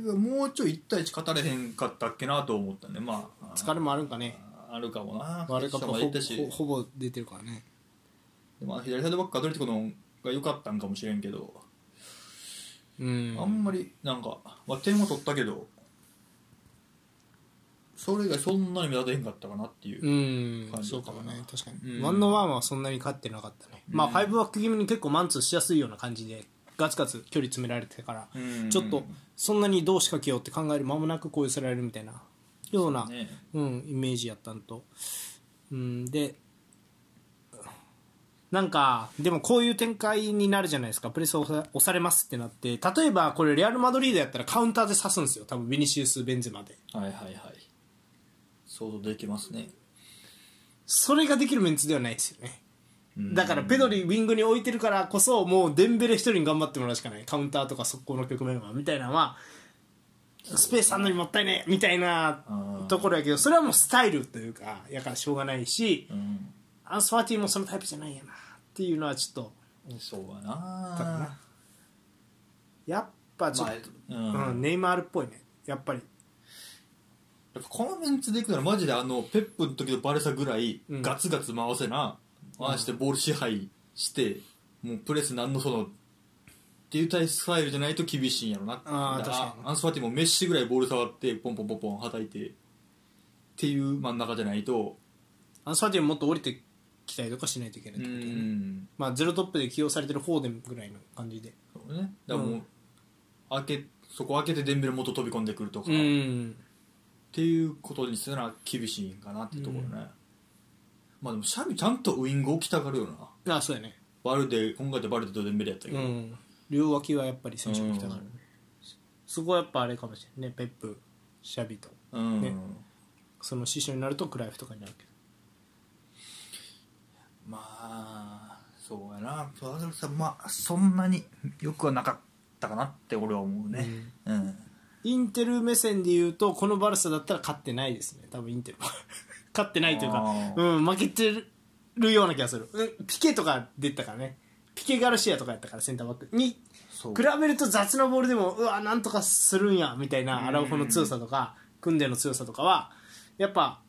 S2: はもうちょい1対1語れへんかったっけなと思ったねまあ
S1: 疲れもあるんかね
S2: あるかもな
S1: ワールドカップ
S2: 決勝ま
S1: は
S2: で行
S1: ほ
S2: った
S1: ほ
S2: し
S1: ほぼ出てるからね
S2: でも左サイドバックアトレティコの方が良かったんかもしれんけど
S1: うん
S2: あんまりなんか、まあ、点は取ったけどそれ以外そんなに目立てへんかったかなっていう、
S1: うん
S2: 感じ
S1: そ
S2: だ
S1: う
S2: った
S1: か
S2: かな
S1: もね確か
S2: う
S1: に
S2: ん
S1: ワンのワンはそんなに勝ってなかったね、まあ
S2: うん
S1: ファイブバック気味に結構マンツーしやすいような感じでガツガツ距離詰められてから、
S2: うん
S1: ちょっとそんなにどう仕掛けようって考える間もなくこう寄せられるみたいなような
S2: ね
S1: うん、イメージやったんと、うん、でなんかでもこういう展開になるじゃないですかプレスを押さ押されますってなって例えばこれレアル・マドリードやったらカウンターで刺すんですよ多分ビニシウス・ベンゼマで
S2: はいはいはい想像できますね
S1: それができるメンツではないですよね
S2: うん
S1: だからペドリウィングに置いてるからこそもうデンベレ一人に頑張ってもらうしかないカウンターとか速攻の局面はみたいなのはスペースあんのにもったいねえみたいなところやけどそれはもうスタイルというかやからしょうがないし
S2: うん
S1: アンスファーティーもそのタイプじゃないやなっていうのはちょっと
S2: そうや
S1: だから
S2: な
S1: なやっぱちょっ
S2: ま
S1: と、
S2: あうん
S1: うん、ネイマールっぽいねやっぱり
S2: やっぱこのメンツでいくならマジであのペップの時のバレサぐらい
S1: うん
S2: ガツガツ回せな、回してボール支配してもうプレスなんのそのっていうタイプスタイルじゃないと厳しいんやろな
S1: あー
S2: だ
S1: 確
S2: ら
S1: かに
S2: アンスファティもメッシぐらいボール触ってポンポンポンポンはたいてっていう真ん中じゃないと
S1: アンスファーティーももっと降りてきたりとかしないといけな
S2: う
S1: いってことだよね
S2: ん
S1: まあ、ゼロトップで起用されてる方でぐらいの感じで
S2: そうねだからもう、
S1: うん
S2: 開けそこ開けてデンベレ元飛び込んでくるとか、っ
S1: ん
S2: ていうことにするなら厳しいんかなっていうところね、まあでもシャビちゃんとウイング起きたがるよな
S1: あそうやね
S2: バルデ今回でバルデとデンベレやったけ
S1: う
S2: ど、
S1: ん両脇はやっぱり選手が来たから、
S2: うん
S1: そこはやっぱあれかもしれないねペップシャビと
S2: うん
S1: ねその師匠になるとクライフとかになるけど
S2: まあそうやなバルデさんまあそんなによくはなかったかなって俺は思うねうん、
S1: インテル目線で言うとこのバルサだったら勝ってないですね多分インテルは 勝ってないというか
S2: あ、ー
S1: うん、負けてるような気がするうんピケとか出てたからねピケ・ガルシアとかやったからセンターバックに
S2: そう
S1: 比べると雑なボールでもうわなんとかするんやみたいなアラウフの強さとかクンデの強さとかはやっぱ、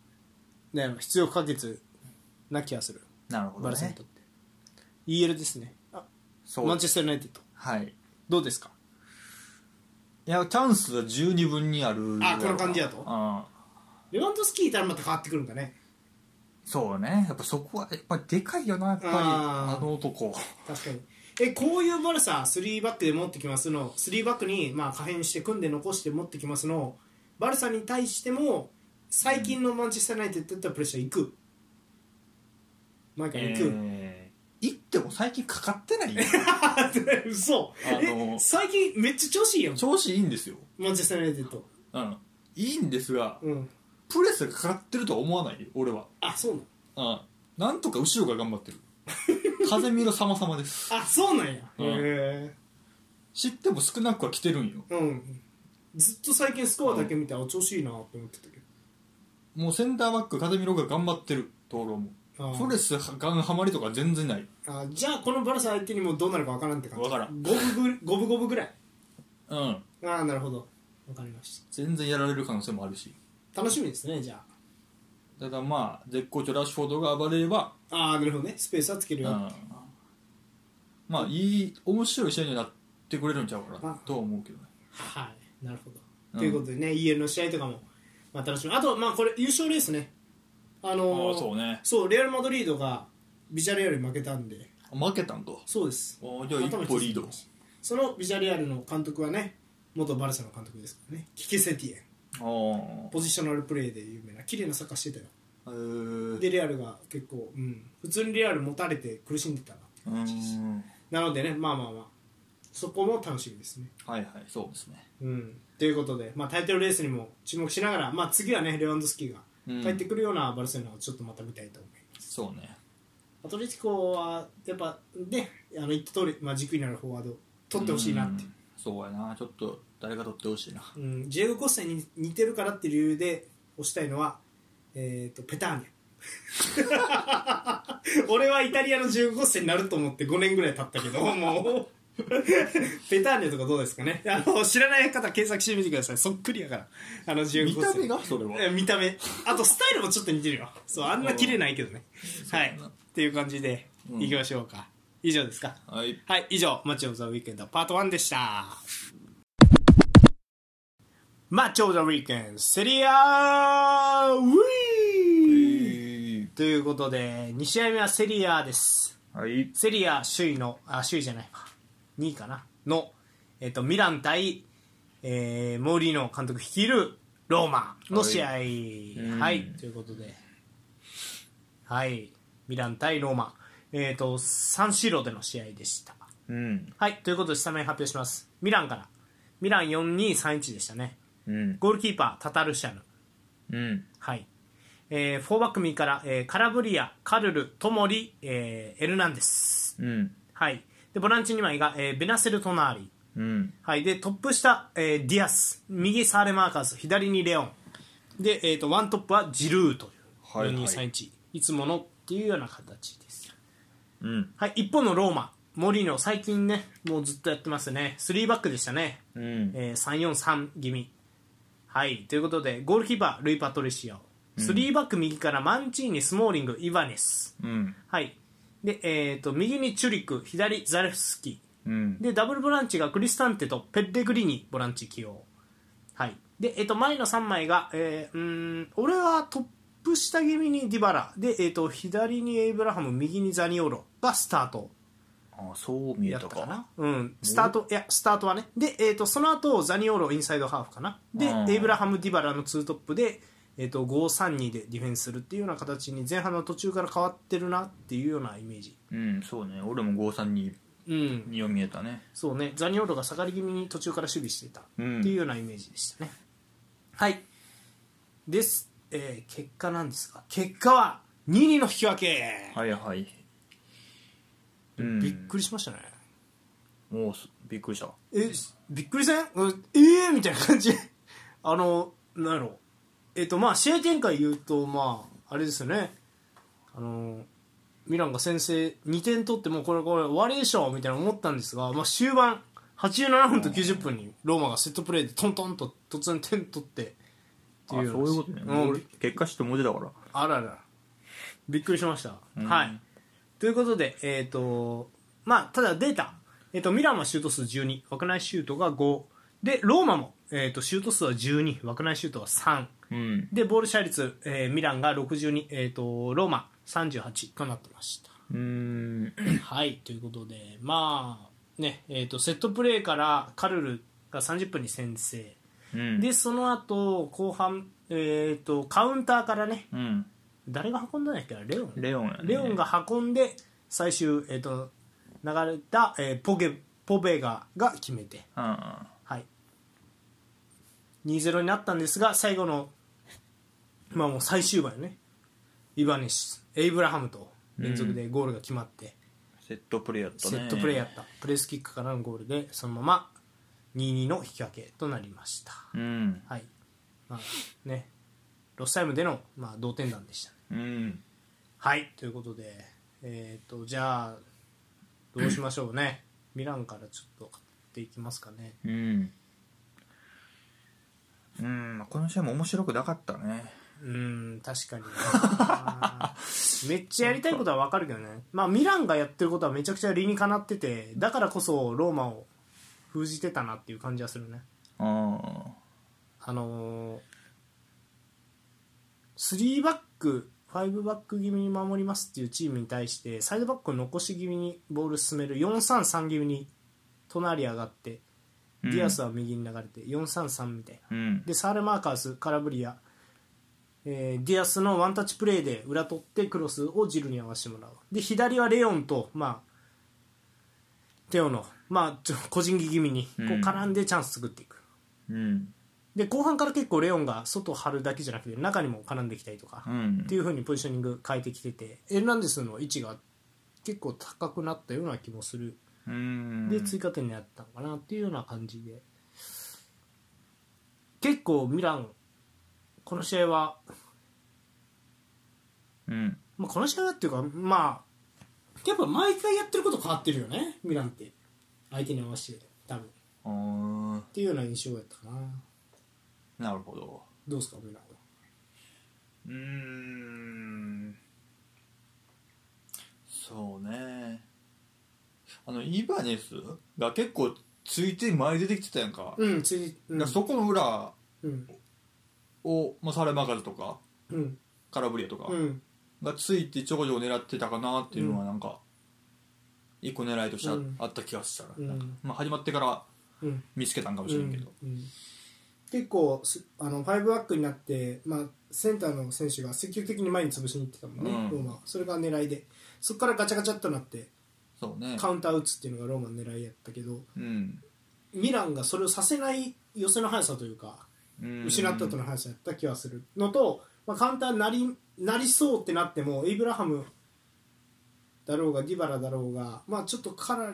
S1: ね、必要不可欠な気がする
S2: なるほ
S1: バ
S2: ど
S1: ルサに
S2: ね
S1: とって、EL ですねあ
S2: そう
S1: マンチェスター・ユナイテッド
S2: はい
S1: どうですか
S2: いやチャンスは十二分にある
S1: あこの感じやと
S2: うん
S1: レバンドフスキーいたらまた変わってくるんだね
S2: そうねやっぱそこはやっぱりでかいよなやっぱり
S1: あー
S2: あの男
S1: 確かにえこういうバルサ3バックで持ってきますの3バックにまあ可変して組んで残して持ってきますのバルサに対しても最近のマンチェスター・ユナイテッドだったらプレッシャーいく毎回いく、
S2: えー行っても最近かかっ てないよ
S1: 嘘
S2: あの
S1: え最近めっちゃ調子いいやん
S2: 調子いいんですよ
S1: マンチェスター・ユナイテッド
S2: うんいいんですが
S1: うん
S2: プレスがかかってるとは思わないよ俺は
S1: あそうなん
S2: うんなんとか後ろが頑張 ってる風見ろ様々です
S1: あそうなんや、
S2: うん
S1: へえ
S2: 知っても少なくは来てるんよ
S1: うんずっと最近スコアだけ見て、あ調子いいなって思ってたけど
S2: もうセンターバック風見ろが頑張ってるところも
S1: あー
S2: プレスガンハマりとか全然ない
S1: あじゃあこのバルサ相手にもどうなるかわからんって感じ
S2: わからん
S1: 五分ぐ五分五分ぐらい
S2: うん
S1: ああなるほどわかりまし
S2: 全然やられる可能性もあるした
S1: 楽しみですねじゃあ
S2: ただまあ絶好調ラッシュフォードが暴れれば
S1: ああなるほどねスペースはつけるよ、
S2: うんまあいい面白い試合になってくれるんちゃうかなとは思うけどね
S1: はいなるほど、
S2: うん
S1: ということでね EL の試合とかも、まあ、楽しみあとまあこれ優勝レースねあのー
S2: うね
S1: そうレアル・マドリードがビジャレアルに負けたんで
S2: 負けたんと
S1: そうです
S2: あじゃあ一歩リード
S1: そのビジャレアルの監督はね元バルサの監督ですからねキケ・セティエン
S2: あ
S1: ポジショナルプレーで有名な綺麗なサッカーしてたよ
S2: あへー
S1: でレアルが結構、うん、普通にレアル持たれて苦しんでたなって
S2: うーん
S1: なのでねまあまあまあそこも楽しみですね
S2: はいはいそうですね
S1: うんということで、まあ、タイトルレースにも注目しながら、まあ、次はねレワンドフスキーが
S2: うん
S1: 帰ってくるようなバルセロナをちょっとまた見たいと思います、
S2: そうね
S1: アトレティコはやっぱねあの言った通り、まあ、軸になるフォワード取ってほしいなって
S2: うんそうやなちょっと誰か取ってほしいな
S1: うん、ジェイゴ・コスタに似てるからっていう理由で推したいのは、えー、とペターニャ 俺はイタリアのジェイゴ・コスタになると思って5年ぐらい経ったけどもう ペターニャとかどうですかねあの知らない方検索してみてくださいそっくりやからあのジェイ
S2: 見
S1: ゴ・コス
S2: た
S1: タ
S2: 目がそれは
S1: え見た目あとスタイルもちょっと似てるよそうあんな綺麗ないけどねはい
S2: そうだな
S1: っていう感じで
S2: うん
S1: いきましょうか、以上ですか
S2: はい
S1: はい以上「マッチョ・オブ・ザ・ウィークエンド」パート1でしたマッチョ・オブ・ザ・ウィークエンドセリアウィーということで2試合目はセリアです
S2: はい
S1: セリア首位のあ首位じゃない2位かなの、えっとミラン対、えーモーリーノ監督率いるローマの試合は、
S2: はいうん
S1: ということではいミラン対ローマえっ、とサンシーロでの試合でした
S2: うん
S1: はいということでスタメン発表しますミランからミラン4231でしたね
S2: うん
S1: ゴールキーパータタルシャヌ
S2: うん
S1: はいえー、4バックミーから、えーカラブリア、カルル、トモリ、えーエルナンデス、
S2: うん
S1: はい、でボランチ2枚が、えーベナセル・トナーリ、
S2: うん
S1: はい、でトップ下、えーディアス右、サーレ・マーカス左にレオンで、えー、とワントップはジルーという
S2: はいはい
S1: 4231いつものっていうような形です、
S2: うん
S1: はい、一方のローマモリーノ最近ねもうずっとやってますね3バックでしたね、
S2: うん
S1: えー、343気味はいということでゴールキーパールイ・パトリシア3バック右からマンチーニスモーリングイバネス
S2: うん
S1: はいでえー、と右にチュリク左ザレフスキ
S2: うん
S1: でダブルボランチがクリスタンテとペッレグリニボランチ起用、はいでえっと前の3枚が、えーうーん俺はトップ下気味にディバラで、えっと左にエイブラハム右にザニオロがスタート
S2: あそう見え
S1: や
S2: た
S1: った
S2: か
S1: かな、うん、スタートいやスタートはねで、えっとその後ザニオロインサイドハーフかなで
S2: うん
S1: エイブラハムディバラの2トップで、えっと532でディフェンスするっていうような形に前半の途中から変わってるなっていうようなイメージ
S2: うんそうね俺も532
S1: うん
S2: には見えたね
S1: そうね、ザニオロが下がり気味に途中から守備していたって
S2: うん
S1: いうようなイメージでしたね。はい。です、えー結果なんですが、結果は2 2の引き分け、
S2: はいはいうん
S1: びっくりしましたね。
S2: もうすびっくりした
S1: え、びっくりせんうんえーみたいな感じ。 あの、なんやろう。えっ、と、まあ、試合展開言うと、まあ、あれですよね。あの、ミランが先制2点取って、もうこれ、これ、終わりでしょみたいな思ったんですが、まあ、終盤、87分と90分にローマがセットプレーでトントンと突然点取って、って
S2: あ
S1: いう
S2: そういうことね、
S1: うん
S2: 俺結果知っても出たから
S1: あららびっくりしました、
S2: ん
S1: はいということでえっ、とまあただデータ、えー、とミランはシュート数12枠内シュートが5でローマも、えー、とシュート数は12枠内シュートは3
S2: うん
S1: でボールシェア率、えーミランが62、えー、とローマ38となってました
S2: うーん
S1: はいということでまあねえー、とセットプレーからカルルが30分に先制
S2: うん
S1: でその後後半、えー、とカウンターからね
S2: うん
S1: 誰が運んだんやっけなレオン
S2: レオンやね
S1: レオンが運んで最終、えー、と流れた、えーポゲポベガが決めて、
S2: あ
S1: はい、2-0になったんですが最後の、まあ、もう最終盤よねイバネシエイブラハムと連続でゴールが決まって、
S2: あセットプレーやった
S1: セ
S2: ね
S1: ットプレーやったプレスキックからのゴールでそのまま2-2の引き分けとなりました、
S2: うん
S1: はいまあね、ロスタイムでの、まあ、同点弾でしたね
S2: うん
S1: はいということでえっ、とじゃあどうしましょうねミランからちょっと買っていきますかね
S2: うんうんまあこの試合も面白くなかったね
S1: うーん確かにあーめっちゃやりたいことは分かるけどねまあミランがやってることはめちゃくちゃ理にかなっててだからこそローマを封じてたなっていう感じはするね
S2: ああ
S1: あのー、3バック5バック気味に守りますっていうチームに対してサイドバックを残し気味にボール進める433気味に隣上がってディアスは右に流れて433みたいな
S2: うん
S1: でサールマーカースカラブリア、えーディアスのワンタッチプレーで裏取ってクロスをジルに合わせてもらうで左はレオンと、まあ、テオの、まあ、ちょ個人技気味にこう
S2: うん
S1: 絡んでチャンス作っていく、
S2: うん
S1: で後半から結構レオンが外を張るだけじゃなくて中にも絡んできたりとか、
S2: う
S1: っ
S2: ん
S1: ていう風にポジショニング変えてきててエルナンデスの位置が結構高くなったような気もする
S2: うん
S1: で追加点になったのかなっていうような感じで結構ミランこの試合は、
S2: うん
S1: まあ、この試合はっていうかまあやっぱ毎回やってること変わってるよねミランって相手に合わせて多分っ
S2: あー
S1: ていうような印象やったかな
S2: なるほど
S1: どうですかミランは
S2: うーんそうねあのイバネスが結構ついて前に出てきてたやんか,、
S1: うんついうん
S2: そこの裏
S1: うん
S2: を、まあ、サレマガルとか
S1: うん
S2: カラブリアとか
S1: うん
S2: がついてちょこちょこ狙ってたかなっていうのはなんか一個狙いとしてあ
S1: うん
S2: あった気がしたら、
S1: うん
S2: なんかまあ、始まってから
S1: うん
S2: 見つけたんかもしれんけど、
S1: うんうん結構すあの5バックになって、まあ、センターの選手が積極的に前に潰しに行ってたもんね、
S2: うん
S1: ローマはそれが狙いでそこからガチャガチャっとなって
S2: そうね
S1: カウンター打つっていうのがローマの狙いやったけど
S2: うん
S1: ミランがそれをさせない寄せの速さというか
S2: うん
S1: 失ったとの速さやった気はするのと、まあ、カウンターなりなりそうってなってもエイブラハムだろうがディバラだろうが、まあ、ちょっとカラ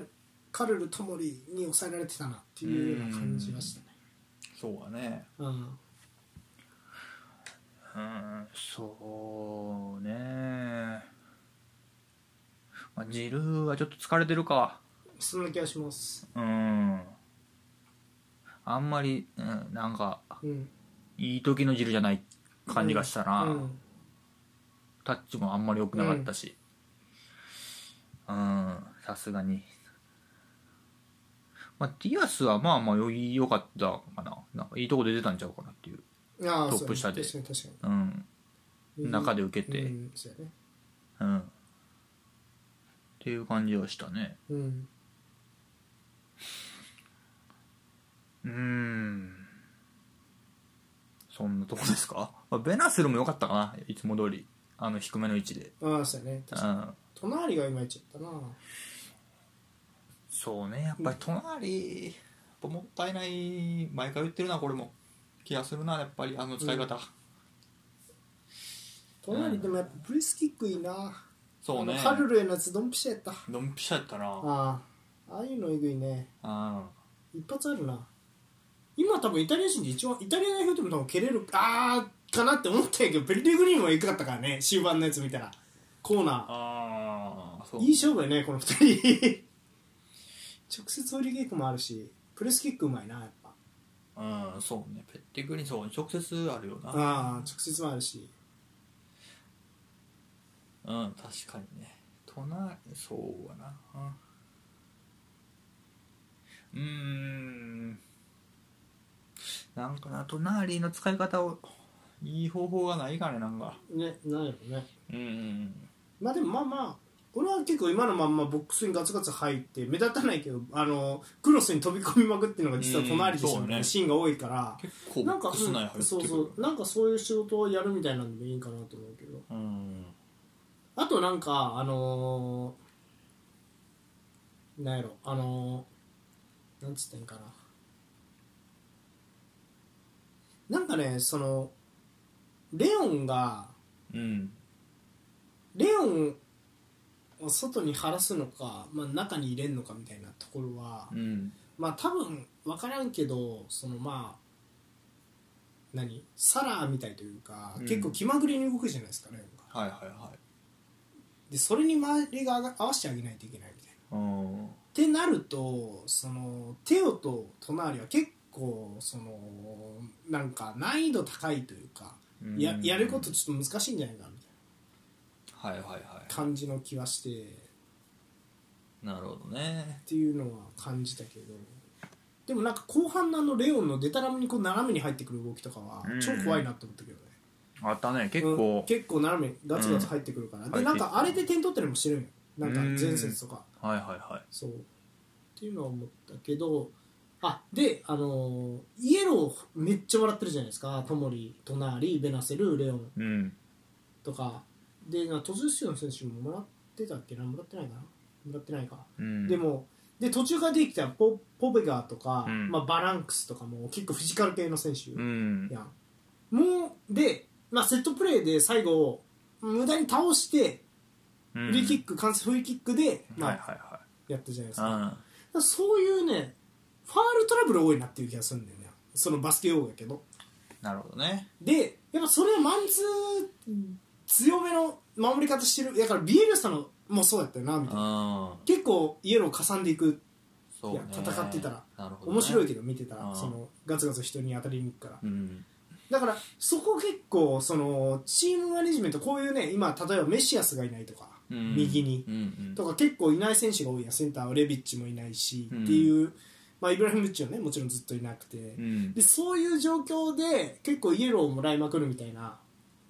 S1: カルルともりに抑えられてたなっていうような感じはしたね。
S2: そうだね
S1: うん
S3: うんそうねまあジルーはちょっと疲れてるか
S1: そんな気がします。
S3: うんあんまり、うん、なんか
S1: うん。
S3: いい時のジルじゃない感じがしたな、
S1: うん。
S3: タッチもあんまり良くなかったしうんさすがにまあティアスはまあまあ良い良かったかななんかいいとこ出てたんちゃうかなっていう
S1: ああ、
S3: トップ下で
S1: そうね確かに
S3: うん
S1: 確かに。
S3: 中で受けて
S1: うん、そうやね。
S3: うんっていう感じはしたね
S1: うん。
S3: うーんそんなとこですか、まあ、ベナスルも良かったかないつも通りあの低めの位置で
S1: ああ、そうやね。確
S3: う
S1: かに
S3: ん
S1: 隣がいまいちだったな。
S3: そうねやっぱり隣
S2: やっぱもったいない毎回言ってるなこれも気がするなやっぱりあの使い方、
S1: 隣でもやっぱプリスキックいいな。
S2: そうね
S1: あのカルルへのやつドンピシャやった。
S2: ドンピシャやったな
S1: ああ、ああいうのえぐいね。
S2: あ
S1: 一発あるな。今多分イタリア人で一番、イタリア代表でも多分蹴れる、ああ、かなって思ったんやけど、ペリレグリーンもえぐかったからね、終盤のやつ見たら。コーナ
S2: あそ
S1: ー。
S2: う
S1: いい勝負やね、この二人。 直接ホリーキックもあるし、プレスキックうまいな、やっぱ。
S2: うんそうねペッティグリーンそう直接あるよな
S1: ああ、直接もあるし。
S2: うん確かにね隣そうやな
S3: うーんなんかな隣の使い方を
S2: いい方法がないかねなんか
S1: ね、なんやろね。
S2: うん
S1: まあでもまあまあ、俺は結構今のまんまボックスにガツガツ入って、目立たないけど、あの、クロスに飛び込みまくってるのが実は隣でしたみ
S2: うんそう
S1: たい
S2: ね
S1: なシーンが多いから、
S2: 結構
S1: なんか、
S2: ボックス内入
S1: う
S2: ってく
S1: ん
S2: る
S1: そうそうなんかそういう仕事をやるみたいなんでもいいかなと思うけど
S2: うん
S1: あとなんかあのー、なんやろあのー、なんつってんかななんかねそのレオンが
S2: うん
S1: レオンを外に晴らすのか、まあ、中に入れんのかみたいなところは、
S2: うん
S1: まあ多分分からんけどそのまあ何サラーみたいというか、
S2: うん
S1: 結構気まぐれに動くじゃないですかね
S2: はいはいはい
S1: でそれに周りが合わせてあげないといけないみたいな。
S2: うん
S1: ってなるとそのテオと隣は結構そのなんか難易度高いというか、ややることちょっと難しいんじゃないかみたい
S2: はいはいは
S1: な感じの気はしてっ
S2: いなるほどね
S1: ていうのは感じたけどでもなんか後半のあのレオンのデタラメにこう斜めに入ってくる動きとかは
S3: うん
S1: 超怖いなと思ったけどね、
S3: あったね結
S1: うん
S3: 構、
S1: 結構斜めにガツガツ入ってくるから、
S3: 入
S1: で
S3: って
S1: な
S3: き
S1: ん
S3: た
S1: かあれで点取ったりもしてるんよなんか前節とか、
S3: はいはいはい
S1: そうっていうのは思ったけどあであのーイエローめっちゃ笑ってるじゃないですかトモリ隣ベナセルレオン
S3: うん
S1: とかでな途中出場の選手ももらってたっけなもらってないかなもらってないか、
S3: うん
S1: でもで途中から出てきたポポベガーとか、
S3: うん
S1: まあ、バランクスとかも結構フィジカル系の選手
S3: うん
S1: やんもうで、まあ、セットプレーで最後無駄に倒してフリーキック、完成フリーキックで、ま
S3: は
S1: あ
S3: いは
S1: やったじゃないです
S3: い
S1: か、
S3: は
S1: だからそういうねファールトラブル多いなっていう気がするんだよねそのバスケ用語やけど
S3: いうんなるほどね
S1: でやっぱそれはマンツー強めの守り方してるだからビエルサのもそうだったよなみたいな
S2: うん
S1: 結構イエローかさんでいく
S2: そうね
S1: いや戦ってたら
S2: なるほどね
S1: 面白いけど見てたら、
S2: うん
S1: そのガツガツ人に当たりに行くから
S2: うん
S1: だからそこ結構そのチームマネジメントこういうね今例えばメシアスがいないとか、
S2: うん
S1: 右に
S2: うんうん
S1: とか結構いない選手が多いやんセンターはレビッチもいないし、
S2: うん
S1: っていう、まあ、イブラヒムッチはねもちろんずっといなくて、
S2: うん
S1: でそういう状況で結構イエローをもらいまくるみたいな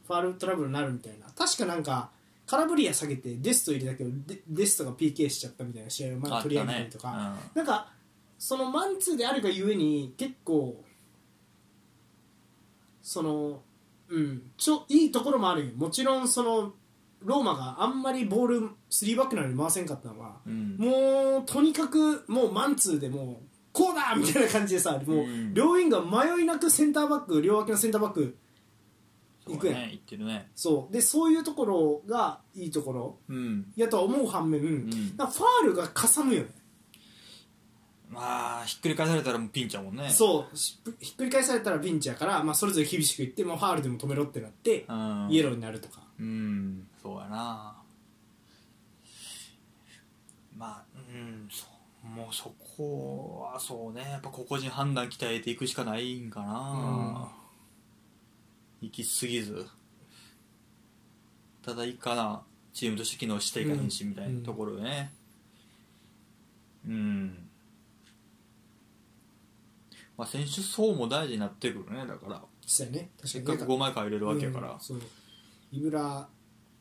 S1: ファールトラブルになるみたいな確かなんかカラブリア下げてデスト入れたけどデデストが PK しちゃったみたいな試合をま
S2: あ
S1: あ
S2: った
S1: 取り上げたりとか、
S2: ね
S1: なんかそのマンツーであるがゆえに結構そのうんちょいいところもあるよもちろんそのローマがあんまりボール3バックなのに回せんかったのは、
S2: うん
S1: もうとにかくもうマンツーでもうこうだみたいな感じでさもう
S2: うん
S1: 両ウィングが迷いなくセンターバック両脇のセンターバック
S2: とか
S1: 行くや
S2: ね行ってるね
S1: そうでそういうところがいいところ
S2: うん
S1: やとは思う反面、
S2: ん
S1: なんかファールがかさむよね、
S2: まあひっくり返されたらもうピンちゃうもんねう
S1: そうしひっくり返されたらピンチやから、まあ、それぞれ厳しくいってもうファールでも止めろってなって、
S2: ん
S1: イエローになるとか
S2: うんそうやなまあうんそうもうそこはそうねやっぱ個々人判断鍛えていくしかないんかな、行き過ぎずただいかなチームとして機能していかへんし
S1: うん
S2: みたいなところよねうん、まあ、選手層も大事になってくるねだから
S1: したよね
S2: せっ
S1: 確
S2: かく5枚変えれるわけやから
S1: うんそうイブラ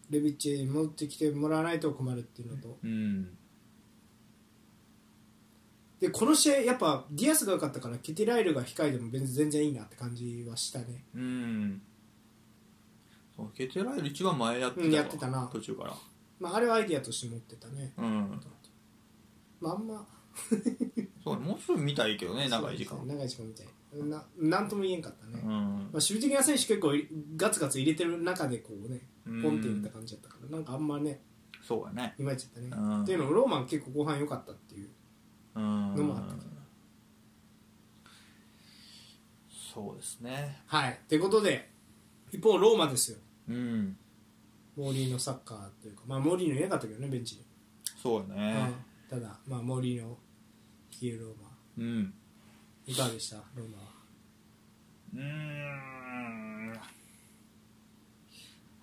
S1: レビッチに戻ってきてもらわないと困るっていうのと、
S2: うん、
S1: でこの試合やっぱディアスが良かったからケティライルが控えても全然全然いいなって感じはしたね
S2: うん。そうケテライル一番前やってた,、
S1: うんやってたな
S2: 途中から。
S1: まああれはアイディアとして持ってたね
S2: うん。
S1: まああんま
S2: そうねもうすぐ見たいけどね、長い時間。
S1: 長い時間みたいななんとも言えんかったね、
S2: う
S1: ま
S2: ん
S1: あ、守備的な選手結構ガツガツ入れてる中でこうね
S2: うん
S1: ポンって入れた感じだったからなんかあんまね
S2: そうやね。
S1: いまいちだったね、
S2: うん
S1: っていうのもローマン結構後半良かったっていう
S2: うん。
S1: のもあった
S2: そうですね。
S1: はいということで一方ローマですよ
S2: うん。
S1: モーリーのサッカーというかまあモーリーのいなかったけどねベンチに、
S2: そうや
S1: う
S2: ね
S1: ん。ただまあモーリーの消えるローマ
S2: うん。
S1: いかがでしたローマは
S2: うーん。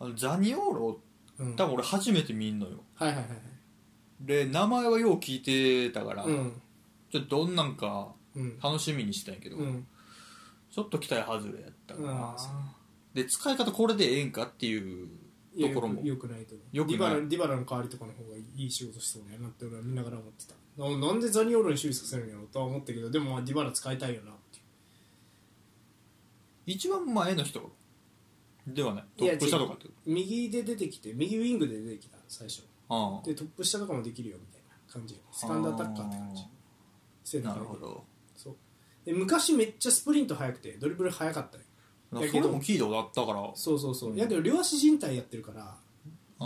S2: あのザニオーロ、
S1: うん
S2: 多分俺初めて見んのよ。
S1: はいはいはい
S2: で、名前はよう聞いてたから、
S1: うん
S2: ちょっとどんなんか
S1: うん
S2: 楽しみにしてたんやけど、
S1: うん
S2: ちょっと期待外れやったか
S1: あ
S2: な
S1: あそう
S2: で使い方これでええんかっていう
S1: い
S2: と
S1: や
S2: ころも
S1: よくよくないと思う
S2: よくな
S1: ディ
S2: い
S1: バラディバラの代わりとかの方がいい仕事しそうだよなって俺は見ながら思ってたななんでザニオールに守備させるんやろうとは思ったけどでもまあディバラ使いたいよなっていう
S2: 一番前の人ではないトップ下とかってこと
S1: 右で出てきて右ウィングで出てきた最初
S2: あ
S1: でトップ下とかもできるよみたいな感じスタンダードアタッカーって感じ
S2: あー
S1: 背
S2: あな
S1: 高い
S2: るほど
S1: そうで昔めっちゃスプリント速くてドリブル速かったよ
S2: そ
S1: や
S2: れ
S1: けど
S2: も聞いたことあったから
S1: そうそうそう、
S2: うん
S1: やけど両足靭帯やってるから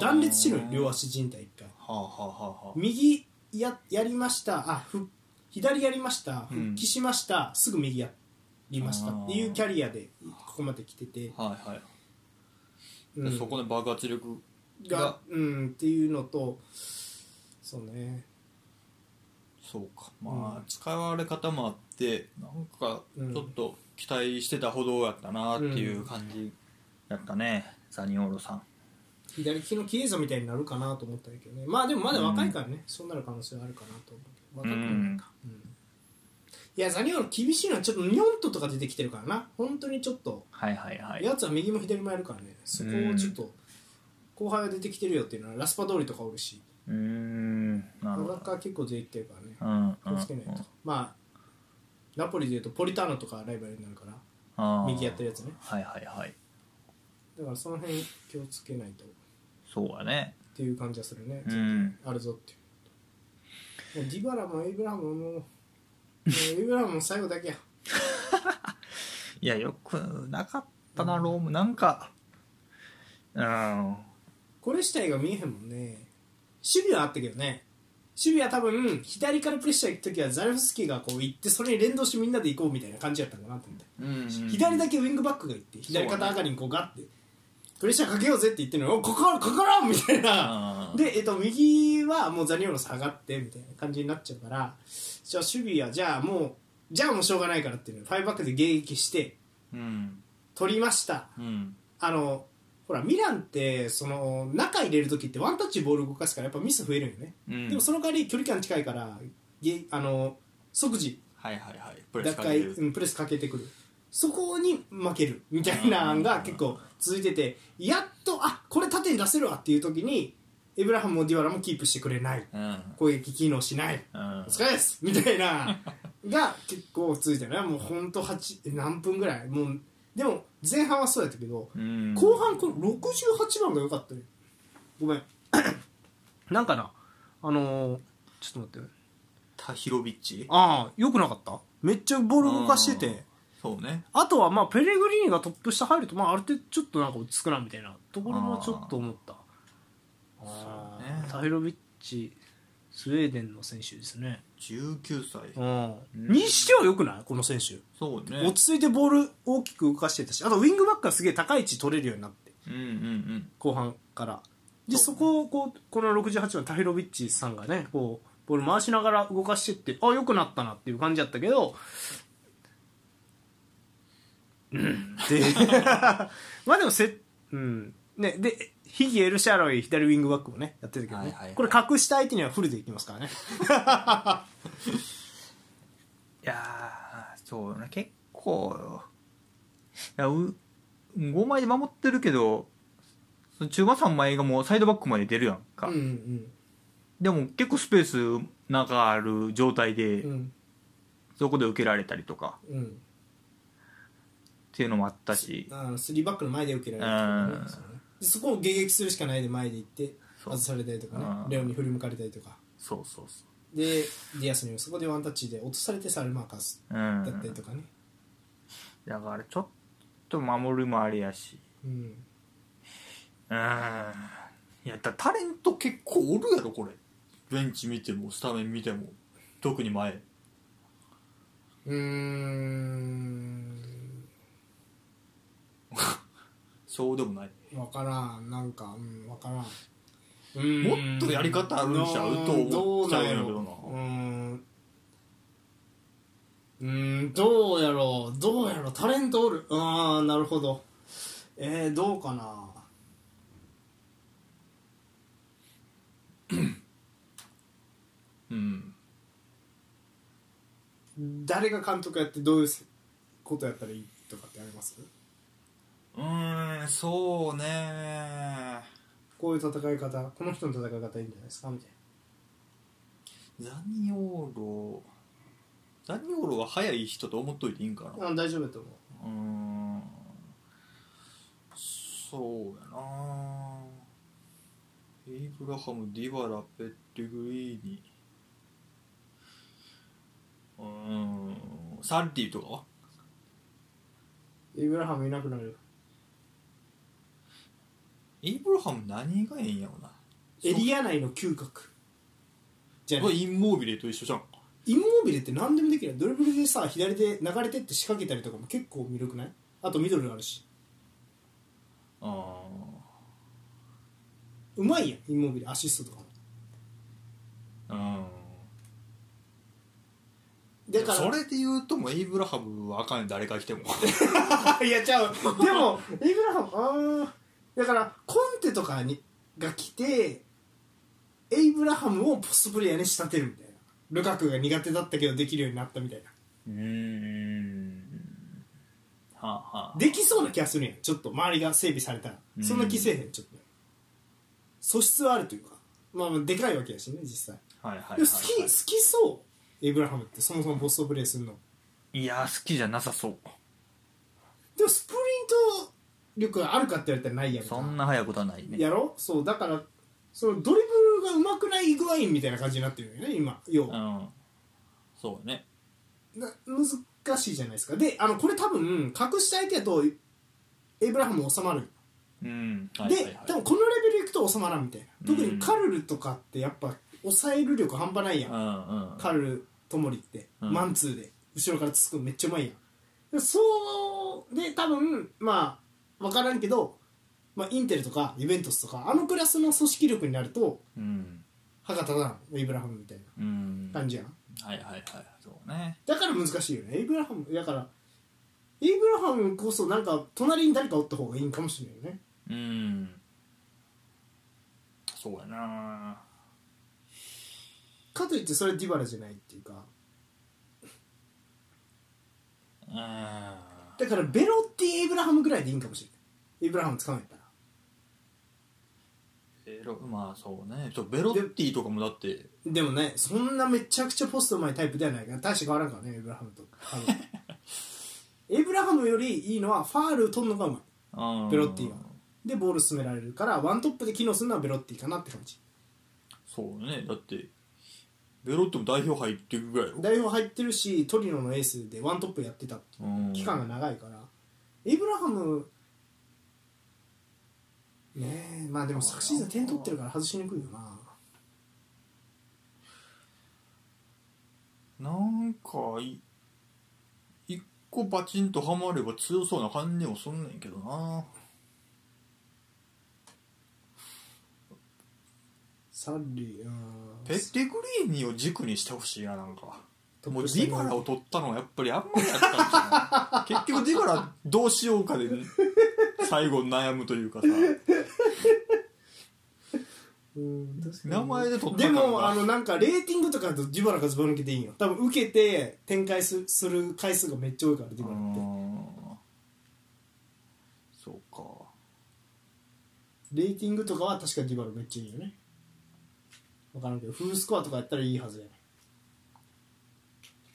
S1: 断裂しろよ両足靭帯一回
S2: はあはあはあはあ
S1: 右ややりましたあふ左やりました
S2: うん
S1: 復帰しました、すぐ右やりましたっていうキャリアでここまで来てて、
S2: はいはい、
S1: うん
S2: そこの爆発力
S1: が
S2: が、
S1: うん、っていうのとそうね
S2: そうかまあ、
S1: うん
S2: 使われ方もあってなんかちょっと期待してたほどやったなっていう感じやったね、ザニオーロさん
S1: 左利きのキエーザみたいになるかなと思ったんやけどねまあでもまだ若いからね、そうなる可能性はあるかなと思うけど若くもないか、うんいやザニオの厳しいのはちょっとニョントとか出てきてるからな本当にちょっと
S2: はいはいはい
S1: やつは右も左もやるからねそこをちょっと後輩が出てきてるよっていうのはラスパ通りとかおるし
S2: うーんな
S1: ア
S2: るほ
S1: ラ
S2: ど
S1: ッカー結構出てきてるからね
S2: うん
S1: 気をつけないと、まあナポリでいうとポリターノとかライバルになるから右やってるやつね
S2: はいはいはい
S1: だからその辺気をつけないとっ
S2: そうだね
S1: ていう感じはするね、
S2: うん
S1: あるぞっていうもうディバラもエイブラハムももうもうエイブラハムも最後だけや
S3: いやよくなかったなロームなんかうん
S1: これ自体が見えへんもんね守備はあったけどね守備は多分左からプレッシャー行く時はザレフスキーがこう行ってそれに連動してみんなで行こうみたいな感じやったんかなと思って、左だけウィングバックが行って左肩上がりにこうガッてプレッシャーかけようぜって言ってるのにおここからかからんみたいな
S2: うん
S1: で、えっと、右はもうザニオロ下がってみたいな感じになっちゃうからじゃあ守備はじゃあもうじゃあもうしょうがないからっていうのでファイブバックで迎撃して
S2: うん
S1: 取りました
S2: うん
S1: あのほらミランってその中入れる時ってワンタッチボール動かすからやっぱミス増えるよね、
S2: うん
S1: でもその代わり距離感近いからげあの即時
S2: はいはいはいプレ
S1: 奪
S2: スかけ
S1: 回
S2: る
S1: うんプレスかけてくるそこに負けるみたいなのが結構続いててやっとあこれ縦に出せるわっていう時にエブラハムもディワラもキープしてくれない
S2: うん
S1: 攻撃機能しない
S2: うん
S1: お疲れですみたいなが結構続いてねもうほんと8え何分ぐらいもうでも前半はそうやったけど
S2: うん
S1: 後半この68番が良かったねごめん なんかなあのーちょっと待って
S2: タヒロビッチ
S1: ああよくなかっためっちゃボール動かして
S2: うん
S1: て
S2: そうね
S1: あとはまあペレグリーニがトップ下入ると、まあ、あれってちょっとなんか落ち着くなみたいなところもちょっと思ったあ
S2: そうね
S1: ータヒロビッチスウェーデンの選手ですね、
S2: 19歳
S1: うん、にしてはよくないこの選手
S2: そうね
S1: 落ち着いてボール大きく動かしてたしあとウィングバックがすげえ高い位置取れるようになって
S2: うんうんうん
S1: 後半からでそ
S2: そ
S1: うこをこうこの68番タヒロビッチさんがねこうボール回しながら動かしてってあ良くなったなっていう感じだったけどうんで まあでもせうんねでヒギエルシャロイ左ウィングバックもねやってたけどね、
S2: はいはいはい
S1: これ隠した相手にはフルでいきますからね
S3: いやーそうよね結構いやう5枚で守ってるけどその中盤3枚がもうサイドバックまで出るやんか、
S1: ん
S3: でも結構スペース中ある状態で、
S1: ん
S3: そこで受けられたりとか
S1: うん
S3: っていうのもあったし
S1: あの3バックの前で受けられるとかね
S3: うん
S1: そうねでそこを迎撃するしかないで前で行って
S3: そう
S1: 外されたりとかね
S3: うん
S1: レオに振り向かれたりとか
S3: そうそうそ
S1: でディアスにもそこでワンタッチで落とされてサルマーカス
S3: ううん
S1: だったりとかね、
S3: だからちょっと守るもあれやし
S1: うん、
S3: うんいやだタレン
S2: と結構おるやろこれベンチ見てもスタメン見ても特に前
S1: うーん
S2: そうでもない
S1: 分からんなんか、うん、分からん
S2: もっとやり方あるんちゃうと思っちゃうんやけどな
S1: うんうんどうやろうどうやろうタレントおるああなるほどえー、どうかな
S2: うん
S1: 誰が監督やってどういうことやったらいいとかってあります
S2: うーんそうね
S1: こういう戦い方この人の戦い方いいんじゃないですかみたいな
S2: ザニオーロザニオーロは速い人と思っといていいんかな
S1: あ大丈夫だと思
S2: うーんそうやなエイブラハムディバラペッテグリーニうーんサッリーとかは
S1: うイブラハムいなくなる
S2: エイブラハム何がええんやろな
S1: エリア内の嗅覚じゃあ
S2: これインモービレと一緒じゃん
S1: インモービルって何でもできるよドリブルでさ左で流れてって仕掛けたりとかも結構魅力ないあとミドルあるし
S2: あ
S1: うまいやんインモービルアシストとかも
S2: ーうん
S1: だから
S2: それで言うともうエイブラハムはあかんね誰が来ても
S1: いやちゃうでもイブラハムあーだからコンテとかにが来てエイブラハムをポストプレイヤーに仕立てるみたいなルカクが苦手だったけどできるようになったみたいな
S2: うーんはあはあ
S1: できそうな気がするやんちょっと周りが整備されたら
S2: うん
S1: そんな気せえへんちょっと素質はあるというかまあまあでかいわけやしね実際
S2: はいはいはい、
S1: でも好き好きそうエイブラハムってそもそもボストプレイするの
S3: いや好きじゃなさそう
S1: でもスプリント力があるかって言われたらないやんか
S3: そんな早いことはないね
S1: やろそうだからそのドリブルが上手くないイグアインみたいな感じになってるよね今要
S2: う
S1: は
S2: んそうね
S1: な難しいじゃないですかであのこれ多分隠した相手やとエイブラハム収まる
S2: うんはいはい
S1: で多
S2: はい
S1: 分このレベルいくと収まらんみたいな特にカルルとかってやっぱ抑える力半端ないやん
S2: うんうん
S1: カルルともりって、
S2: うん
S1: マンツーで後ろからつくのめっちゃうまいやんでそうで多分まあ分からんけど、まあ、インテルとかユベントスとかあのクラスの組織力になると
S2: うん
S1: 歯が立たないエイブラハムみたいな
S2: うんはい
S1: 感じやん
S2: はいはいそうね
S1: だから難しいよねエイブラハムだからエイブラハムこそなんか隣に誰かおった方がいいんかもしれないよね
S2: うんそうやな
S1: かといってそれディバラじゃないっていうか
S2: うん
S1: だからベロッティ・エイブラハムぐらいでいいんかもしれないエイブラハム使うんやったら
S2: ベロまあそうねそうベロッティとかもだって
S1: でもねそんなめちゃくちゃポストうまいタイプではないから大して変わらんからねエイブラハムと多 分エイブラハムよりいいのはファール取るのがうま
S2: うん
S1: いベロッティはでボール進められるからワントップで機能するのはベロッティかなって感じ
S2: そうねだってベロットも代表入ってるぐらいやろ
S1: 代表入ってるしトリノのエースでワントップやってた
S2: うん
S1: 期間が長いからエイブラハムねえまあでも昨シーズン点取ってるから外しにくいよな
S2: なんかい一個バチンとハマれば強そうな感じもすんねんけどな
S1: サッリーうん
S2: ペッテグリーニを軸にしてほしいななんか
S1: ト
S2: も
S1: ッ
S2: う
S1: プ
S2: デ
S1: 下に
S2: ィバラを取ったのはやっぱりあんまりやったん じゃない結局ディバラどうしようかで最後悩むというかさ
S1: うん確かに
S2: 名前で取った
S1: で
S2: から
S1: もあのなんかレーティングとかだとディバラがずば抜けていいんよ多分受けて展開すする回数がめっちゃ多いからディバラって
S2: うんそうか
S1: レーティングとかは確かディバラめっちゃいいよね分からんけどフルスコアとかやったらいいはずやね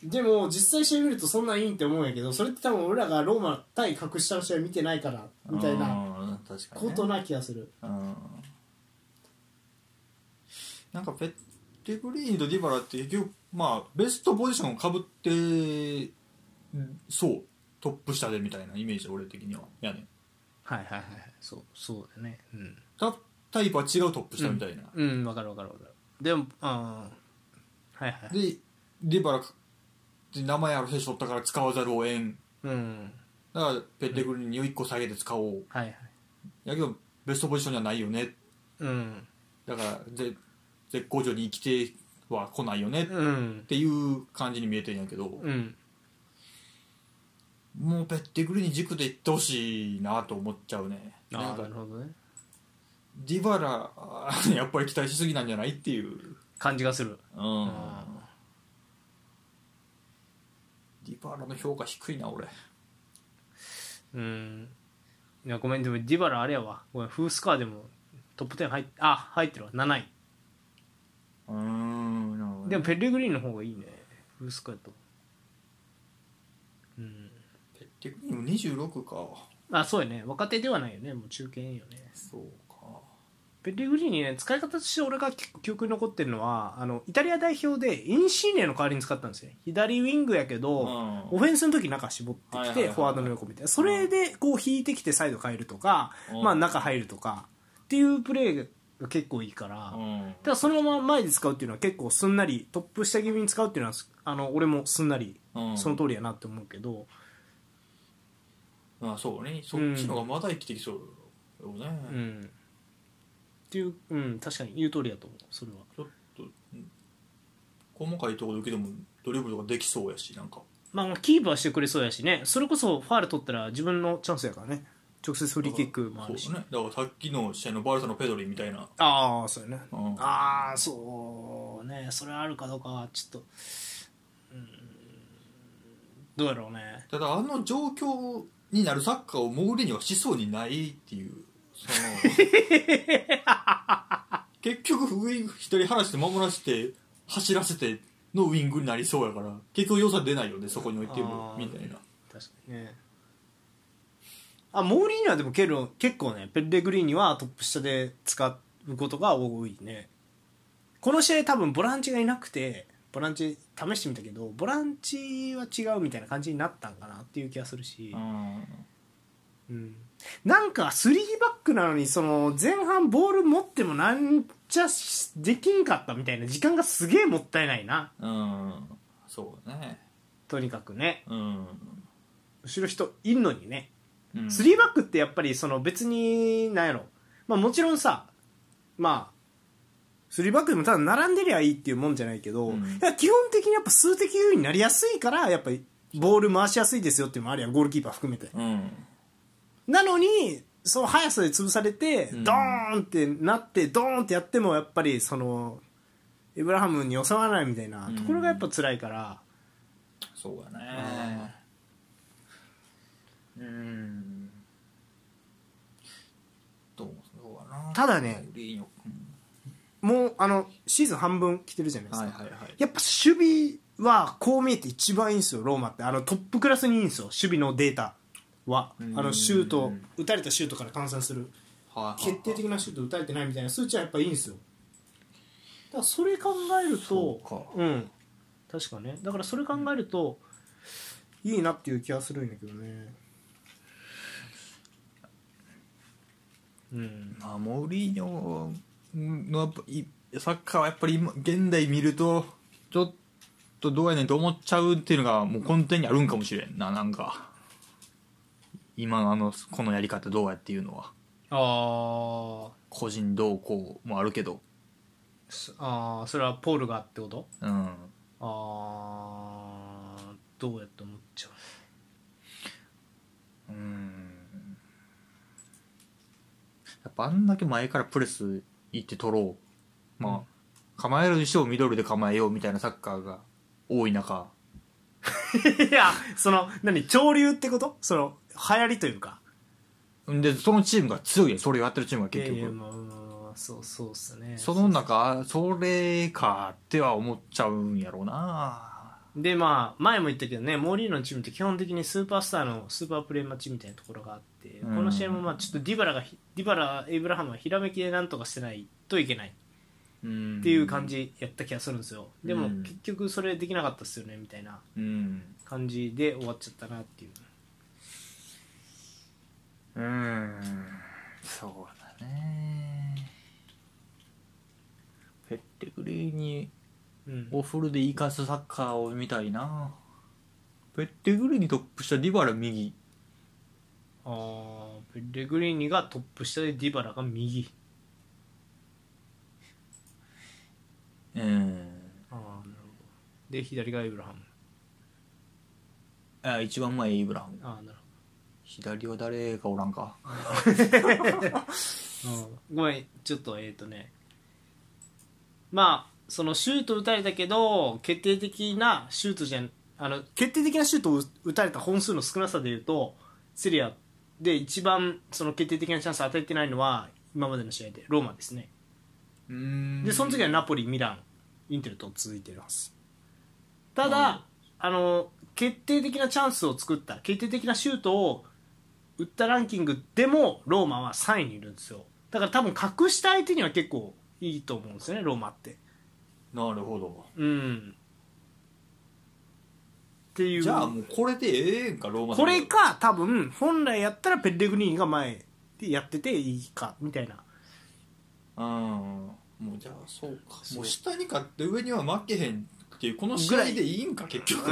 S1: でも実際試合見るとそんなんいいんって思うんやけどそれって多分俺らがローマ対格下の試合見てないからみたいな
S2: うん確かに、
S1: こ
S2: ね、
S1: とな気がする、
S2: うんなんかペッテグリーンとディバラって結局まあベストポジションをかぶってそうトップ下でみたいなイメージ俺的にはやねん
S1: はいはいはいそうそうだねうん
S2: たタイプは違うトップ下みたいな、
S1: うん分かる分かる分かるでもああはいは
S2: でディバラって名前ある選手取ったから使わざるをえん
S1: うん
S2: だからペッテグリーンを1個下げて使おう
S1: はいはい
S2: やけどベストポジションじゃないよね
S1: うん
S2: だからぜ絶好調に生きては来ないよねっ
S1: うん
S2: ていう感じに見えてんやけど、
S1: うん
S2: もうペッテグリーに軸でいってほしいなと思っちゃうねなんか
S1: ほどね
S2: ディバラ あーやっぱり期待しすぎなんじゃないっていう、
S1: 感じがする
S2: うん
S1: あ
S2: ディバラの評価低いな俺
S1: うんいやごめんでもディバラあれやわごめんフースカーでもトップ10入っあ入ってるわ7位
S2: うーんなるほど
S1: でもペレグリーンの方がいいねフースカーやとうん
S2: ペッテグリーンも26か
S1: あそうやね若手ではないよねもう中堅よね
S2: そうか
S1: ペレグリーニね使い方として俺が記記憶に残ってるのはあのイタリア代表でインシーネの代わりに使ったんですよ左ウィングやけど、オフェンスの時中絞って
S2: はい
S1: き
S2: はいはい
S1: て
S2: はい
S1: フォワードの横みたいなそれでこう引いてきてサイド変えるとか
S2: うん
S1: まあ中入るとかっていうプレーが結構いいから
S2: うん、うん
S1: ただそのまま前で使うっていうのは結構すんなりトップ下気味に使うっていうのはあの俺もすんなり
S2: うん、
S1: その通りやなって思うけど
S2: まあそうねそっちの方がまだ生きてきそうよね、
S1: うんっていううん確かに言う通りやと思うそれは
S2: ちょっとうん細かいところだけでもドリブルとかできそうやしなんか
S1: まあキープはしてくれそうやしねそれこそファール取ったら自分のチャンスやからね直接フリーキックもあるし
S2: そうだねだからさっきの試合のバルサのペドリみたいな、
S1: ああそうやね
S2: うん
S1: ああそうねそれあるかどうかはちょっとうんどうやろうね
S2: ただあの状況になるサッカーをモーリーにはしそうにないっていうその結局上左離して守らせて走らせてのウイングになりそうやから結局良さ出ないよねそこに置いても
S1: あー
S2: みたいな
S1: 確かにねあモーリーニはでもけど結構ねペレグリーニはトップ下で使うことが多いねこの試合多分ボランチがいなくてボランチ試してみたけどボランチは違うみたいな感じになったんかなっていう気がするし、うんなんか3バックなのにその前半ボール持ってもなんちゃしできんかったみたいな時間がすげえもったいないな
S2: うん、うん、そうね
S1: とにかくね
S2: うん、
S1: 後ろ人いんのにね
S2: うん、
S1: 3バックってやっぱりその別になんやろ、まあ、もちろんさまあ3バックでもただ並んでりゃいいっていうもんじゃないけど、
S2: うん
S1: いや基本的にやっぱ数的優位になりやすいからやっぱりボール回しやすいですよっていうのもあるやんゴールキーパー含めて
S2: うん
S1: なのにその速さで潰されて、
S2: うん
S1: ドーンってなってドーンってやってもやっぱりそのエブラハムに襲わないみたいなところがやっぱ辛いから、
S2: そうやねうんどうそうかな
S1: ただね
S2: グリーンをうん
S1: もうあのシーズン半分来てるじゃないです
S2: は
S1: か、
S2: いはいはい
S1: やっぱ守備はこう見えて一番いいんですよローマってあのトップクラスにいいんですよ守備のデータはあ
S2: うん
S1: のシュート打たれたシュートから換算する
S2: はいはいはい
S1: 決定的なシュート打たれてないみたいな数値はやっぱいいんですよからそれ考えると
S3: そうか
S1: うん確かねだからそれ考えると、いいなっていう気はするんだけどねうん
S3: まあ、モーリーニョのやっぱいサッカーはやっぱり今現代見るとちょっとどうやねんと思っちゃうっていうのがもう根底にあるんかもしれんななんか今のあのこのやり方どうやっていうのは
S1: あー
S3: 個人どうこうもあるけど
S1: すあーそれはポールがってこと
S3: うん
S1: あーどうやって思っちゃう
S3: うんやっぱあんだけ前からプレス行って取ろうまあ、
S1: うん
S3: 構えるにしてもミドルで構えようみたいなサッカーが多い中
S1: いや、その、何、潮流ってことその、流行りというか。
S3: でそのチームが強いよそれをやってるチームが結局
S1: いやいやまあまあまあそう、そうっすね。
S3: その中それかっては思っちゃうんやろうな
S1: で、まあ、前も言ったけどね、モーリーノのチームって基本的にスーパースターのスーパープレーマッチみたいなところがあって、
S3: うん
S1: この試合もまあ、ちょっとディバラがひ、ディバラ、エイブラハムはひらめきでなんとかしてないといけない
S3: っ
S1: っていう感じやった気がするんですよ。でも、
S3: うん
S1: 結局それできなかったっすよね、みたいな
S3: うん
S1: 感じで終わっちゃったなっていう。
S3: うんそうだねペッテグリーに
S1: うん。
S3: オフルで生かすサッカーを見たいなペッテグリーにトップしたディバラ右
S1: あーペレグリーニがトップ下でディバラが右。
S3: う
S1: あ
S3: ん
S1: あ、なるほど。で、左がエイブラハム。
S3: あ一番前イブラハム
S1: ああ、なる
S3: 左は誰かおらんか
S1: ほど。ごめん、ちょっと、えっ、とね。まあ、そのシュート打たれたけど、決定的なシュートじゃん、あの、決定的なシュートを打打たれた本数の少なさで言うと、セリアで一番その決定的なチャンスを与えてないのは、今までの試合で、ローマですね。
S2: うん
S1: でその次はナポリミランインテルと続いてますただあの決定的なチャンスを作った決定的なシュートを打ったランキングでもローマは3位にいるんですよだから多分隠した相手には結構いいと思うんですよねローマって
S2: なるほど
S1: うんっていう
S2: じゃあもうこれでええんかローマ
S1: これか多分本来やったらペッレグリーンが前でやってていいかみたいな
S2: うんもうじゃあそうかもう下に勝って上には負けへんっていうこの試
S1: ぐ
S2: 合
S1: らい
S2: でいいんか結局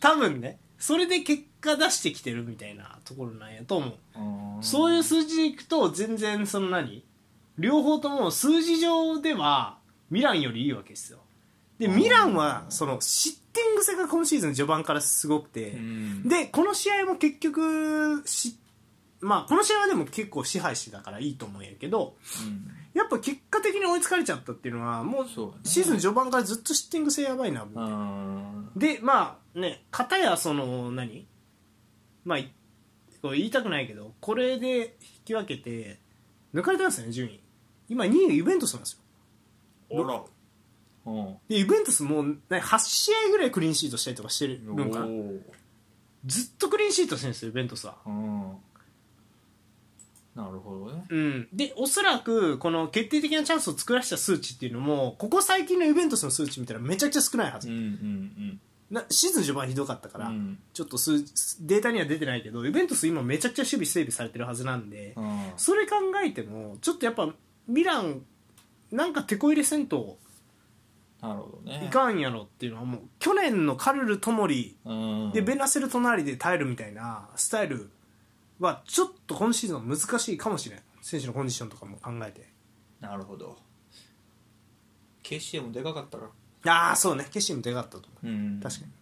S1: 多分ねそれで結果出してきてるみたいなところなんやと思う そういう数字でいくと全然その何両方とも数字上ではミランよりいいわけですよでミランはその失点癖が今シーズン序盤からすごくて、
S2: うん
S1: でこの試合も結局しまあこの試合はでも結構支配してたからいいと思うんやけど
S2: うん
S1: やっぱ結果的に追いつかれちゃったっていうのはもう
S2: そうやね
S1: シーズン序盤からずっと失点癖やばいなみたいな
S2: うん
S1: でまあね片やその何まあいこれ言いたくないけどこれで引き分けて抜かれたんですよね順位今2位がユベントスなんですよ
S2: あらうん
S1: でユベントスもう、ね、8試合ぐらいクリーンシートしたりとかしてるのかな
S2: お
S1: ずっとクリーンシートしてるんですよユベントスは
S2: ーうんなるほどね
S1: うん、でおそらくこの決定的なチャンスを作らせた数値っていうのもここ最近のユベントスの数値見たらめちゃくちゃ少ないはず、
S2: うんうん
S1: なシーズン序盤ひどかったか
S2: う
S1: ら、
S2: ん
S1: ちょっと数データには出てないけどユベントス今めちゃくちゃ守備整備されてるはずなんで、
S2: うん
S1: それ考えてもちょっとやっぱミランなんか手こ入れせんと
S2: なるほどね
S1: いかんやろっていうのはもう去年のカルル・トモリ
S2: うん
S1: でベナセル隣で耐えるみたいなスタイルはちょっと今シーズンは難しいかもしれん選手のコンディションとかも考えて
S2: なるほど KCM でかかったから
S1: ああそうねケシムでかかったと思う
S2: うん
S1: 確かに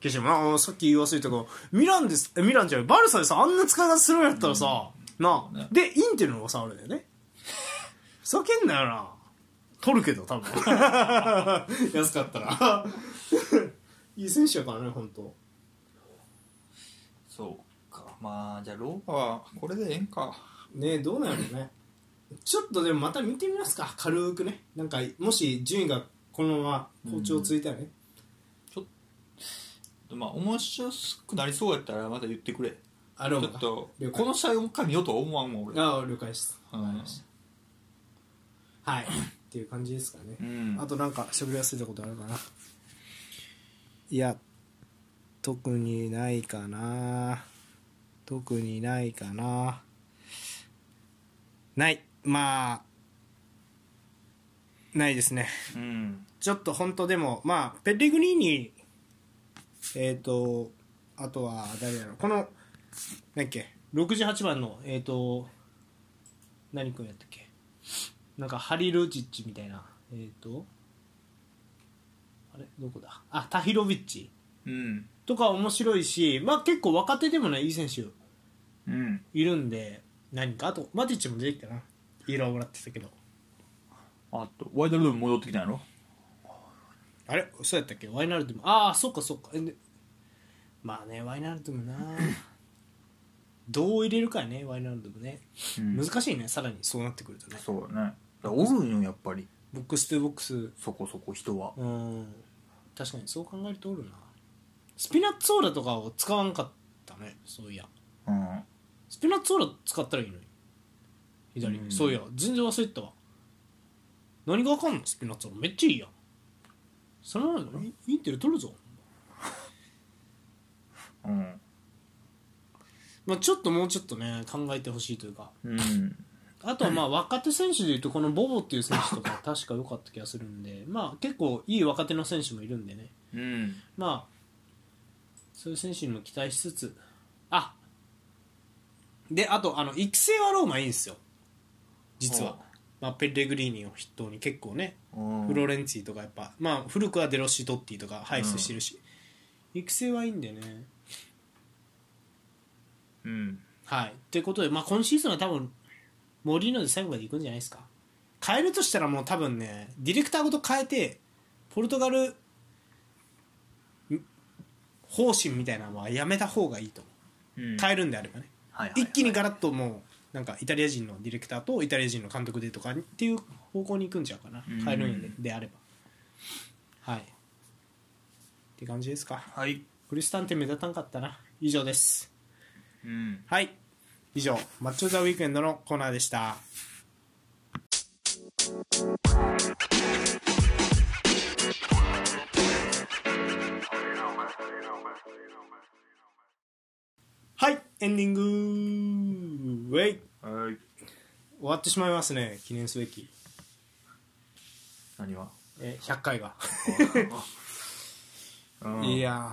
S1: ケシムああさっき言い忘れたけどミランですえミランじゃないバルサでさあんな使い方するんやったらさ、なあ、
S2: ね
S1: でインテルの方がさあるんだよねふざけんなよな取るけど多 分安かったら いい選手やからね本当
S2: そうかまあじゃあローマはこれでええんか
S1: ねえどうなんやろうねちょっとでもまた見てみますか軽くねなんかもし順位がこのまま好調ついたらね、
S2: まあ面白くなりそうやったらまた言ってくれ
S1: あ
S2: ち
S1: れ
S2: ょ
S1: を
S2: っと
S1: 了解
S2: この試合をもう一回見ようとは思わんもん俺
S1: ああ了解です
S2: うん
S1: はいっていう感じですかね、
S2: うん
S1: あとなんか喋り忘れたことあるかないや特にないかな特にないかなないまあないですね
S2: うん
S1: ちょっと本当でもまあペッリグリーニえっ、とあとは誰やろこの何っけ68番のえっ、と何君やったっけなんかハリルジッチみたいなえっ、とあれどこだあタヒロビッチ
S2: うん
S1: とか面白いしまあ結構若手でもねいい選手
S2: うん
S1: いるんで何かあとマティッチも出てきたなイエローもらってたけど
S3: あとワイドルドーム戻ってきたんやろ
S1: あれそうやったっけワイナルドゥムああそっかそっかえでまあねワイナルドゥ ムなどう入れるかやねワイナルドゥムね、
S3: うん
S1: 難しいねさらにそうなってくるとね
S3: そうだねだからおるんよやっぱり
S1: ボックス2ボックス
S3: そこそこ人は
S1: うん確かにそう考えるとおるなスピナッツオーラとかを使わんかったねそういや
S3: うん
S1: スピナッツオーラ使ったらいいのに左、
S3: うん
S1: そういや全然忘れてたわ何がわかんのスピナッツオーラめっちゃいいやんそのままインインテル取るぞ
S3: うん
S1: まあ、ちょっともうちょっとね考えてほしいというか
S3: うん
S1: あとはまあ若手選手でいうとこのボボっていう選手と か確か良かった気がするんでまあ結構いい若手の選手もいるんでね
S2: うん
S1: まあそういう選手にも期待しつつあであとあの育成はローマいいんですよ実は
S2: ほ、
S1: まあ、ペレグリーニを筆頭に結構ね
S3: うん
S1: フロレンツィとかやっぱ、まあ、古くはデロッシドッティとか輩出してるし、育成はいいんでね
S3: うん
S1: はい。ということで、まあ、今シーズンは多分、モリーノで最後まで行くんじゃないですか。変えるとしたらもう多分ね、ディレクターごと変えて、ポルトガルん方針みたいなのはやめた方がいいと思
S3: うん
S1: う。変えるんであればね。
S3: はいはい
S1: 一気にガラッともう、なんかイタリア人のディレクターとイタリア人の監督でとかにっていう方向に行くんちゃうかな。
S3: うん
S1: 変えるんでであれば。はい。って感じですか。
S3: はい
S1: クリスタンテ目立たんかったな。以上です。
S3: うん
S1: はい。以上、マッチョ・ザ・ウィークエンドのコーナーでした。はい、エンディングウェイ
S3: はい
S1: 終わってしまいますね、記念すべき。
S3: 何は
S1: え、100回が。
S3: うん
S1: いや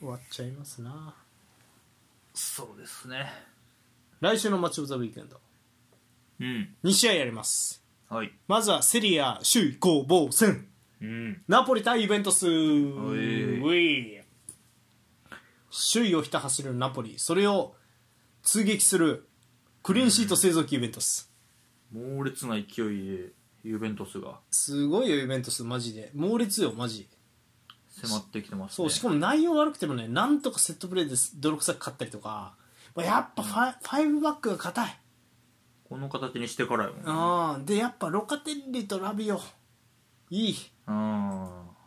S1: ー、終わっちゃいますな。
S3: そうですね
S1: 来週のマッチョ・ザ・ウィークエンド、
S3: うん
S1: 2試合やります。
S3: はい
S1: まずはセリア首位攻防戦。
S3: うん
S1: ナポリ対イベントス
S3: おい
S1: おい首位をひた走るナポリそれを追撃するクリーンシート製造機イベントス、
S3: 猛烈な勢いでユベントスが
S1: すごいよイベントスマジで猛烈よマジ
S3: 迫ってきてます
S1: そ
S3: ね
S1: う、しかも内容悪くてもねなんとかセットプレーで泥臭く勝ったりとかまあやっぱファ,、ファイブバックが硬い
S3: この形にしてからやもんね
S1: あーでやっぱロカテッリとラビオいい
S3: うん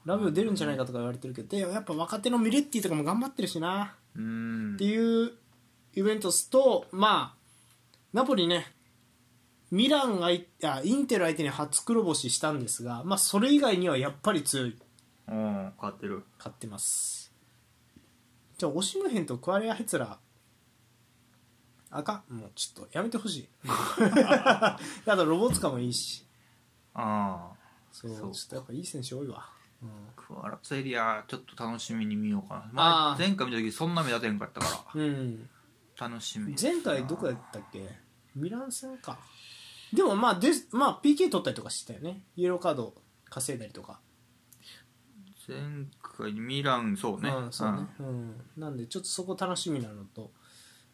S1: ラビオ出るんじゃないかとか言われてるけどでやっぱ若手のミレッティとかも頑張ってるしな
S3: うん
S1: っていうイベントスと、まあ、ナポリね、ミランがいあインテル相手に初黒星したんですが、まあ、それ以外にはやっぱり強い、
S3: うん勝ってる
S1: 勝ってます。じゃあ、オシムヘンとクアレアヘツラ、あかん、もうちょっとやめてほしい。 あと、ロボツカもいいし、
S3: ああ
S1: そう
S3: そう
S1: ちょっとやっぱいい選手多いわ。うん
S3: クワラツエリアちょっと楽しみに見ようかな、
S1: あ
S3: まあ、
S1: ー
S3: 前回見た時そんな目立てんかったか
S1: うん
S3: ら楽しみ
S1: 前回どこやったっけミラン戦かでもまあで、まあ、PK 取ったりとかしてたよねイエローカード稼いだりとか、
S3: 前回ミランそうね,、
S1: うんそうね、うん、なんでちょっとそこ楽しみなのと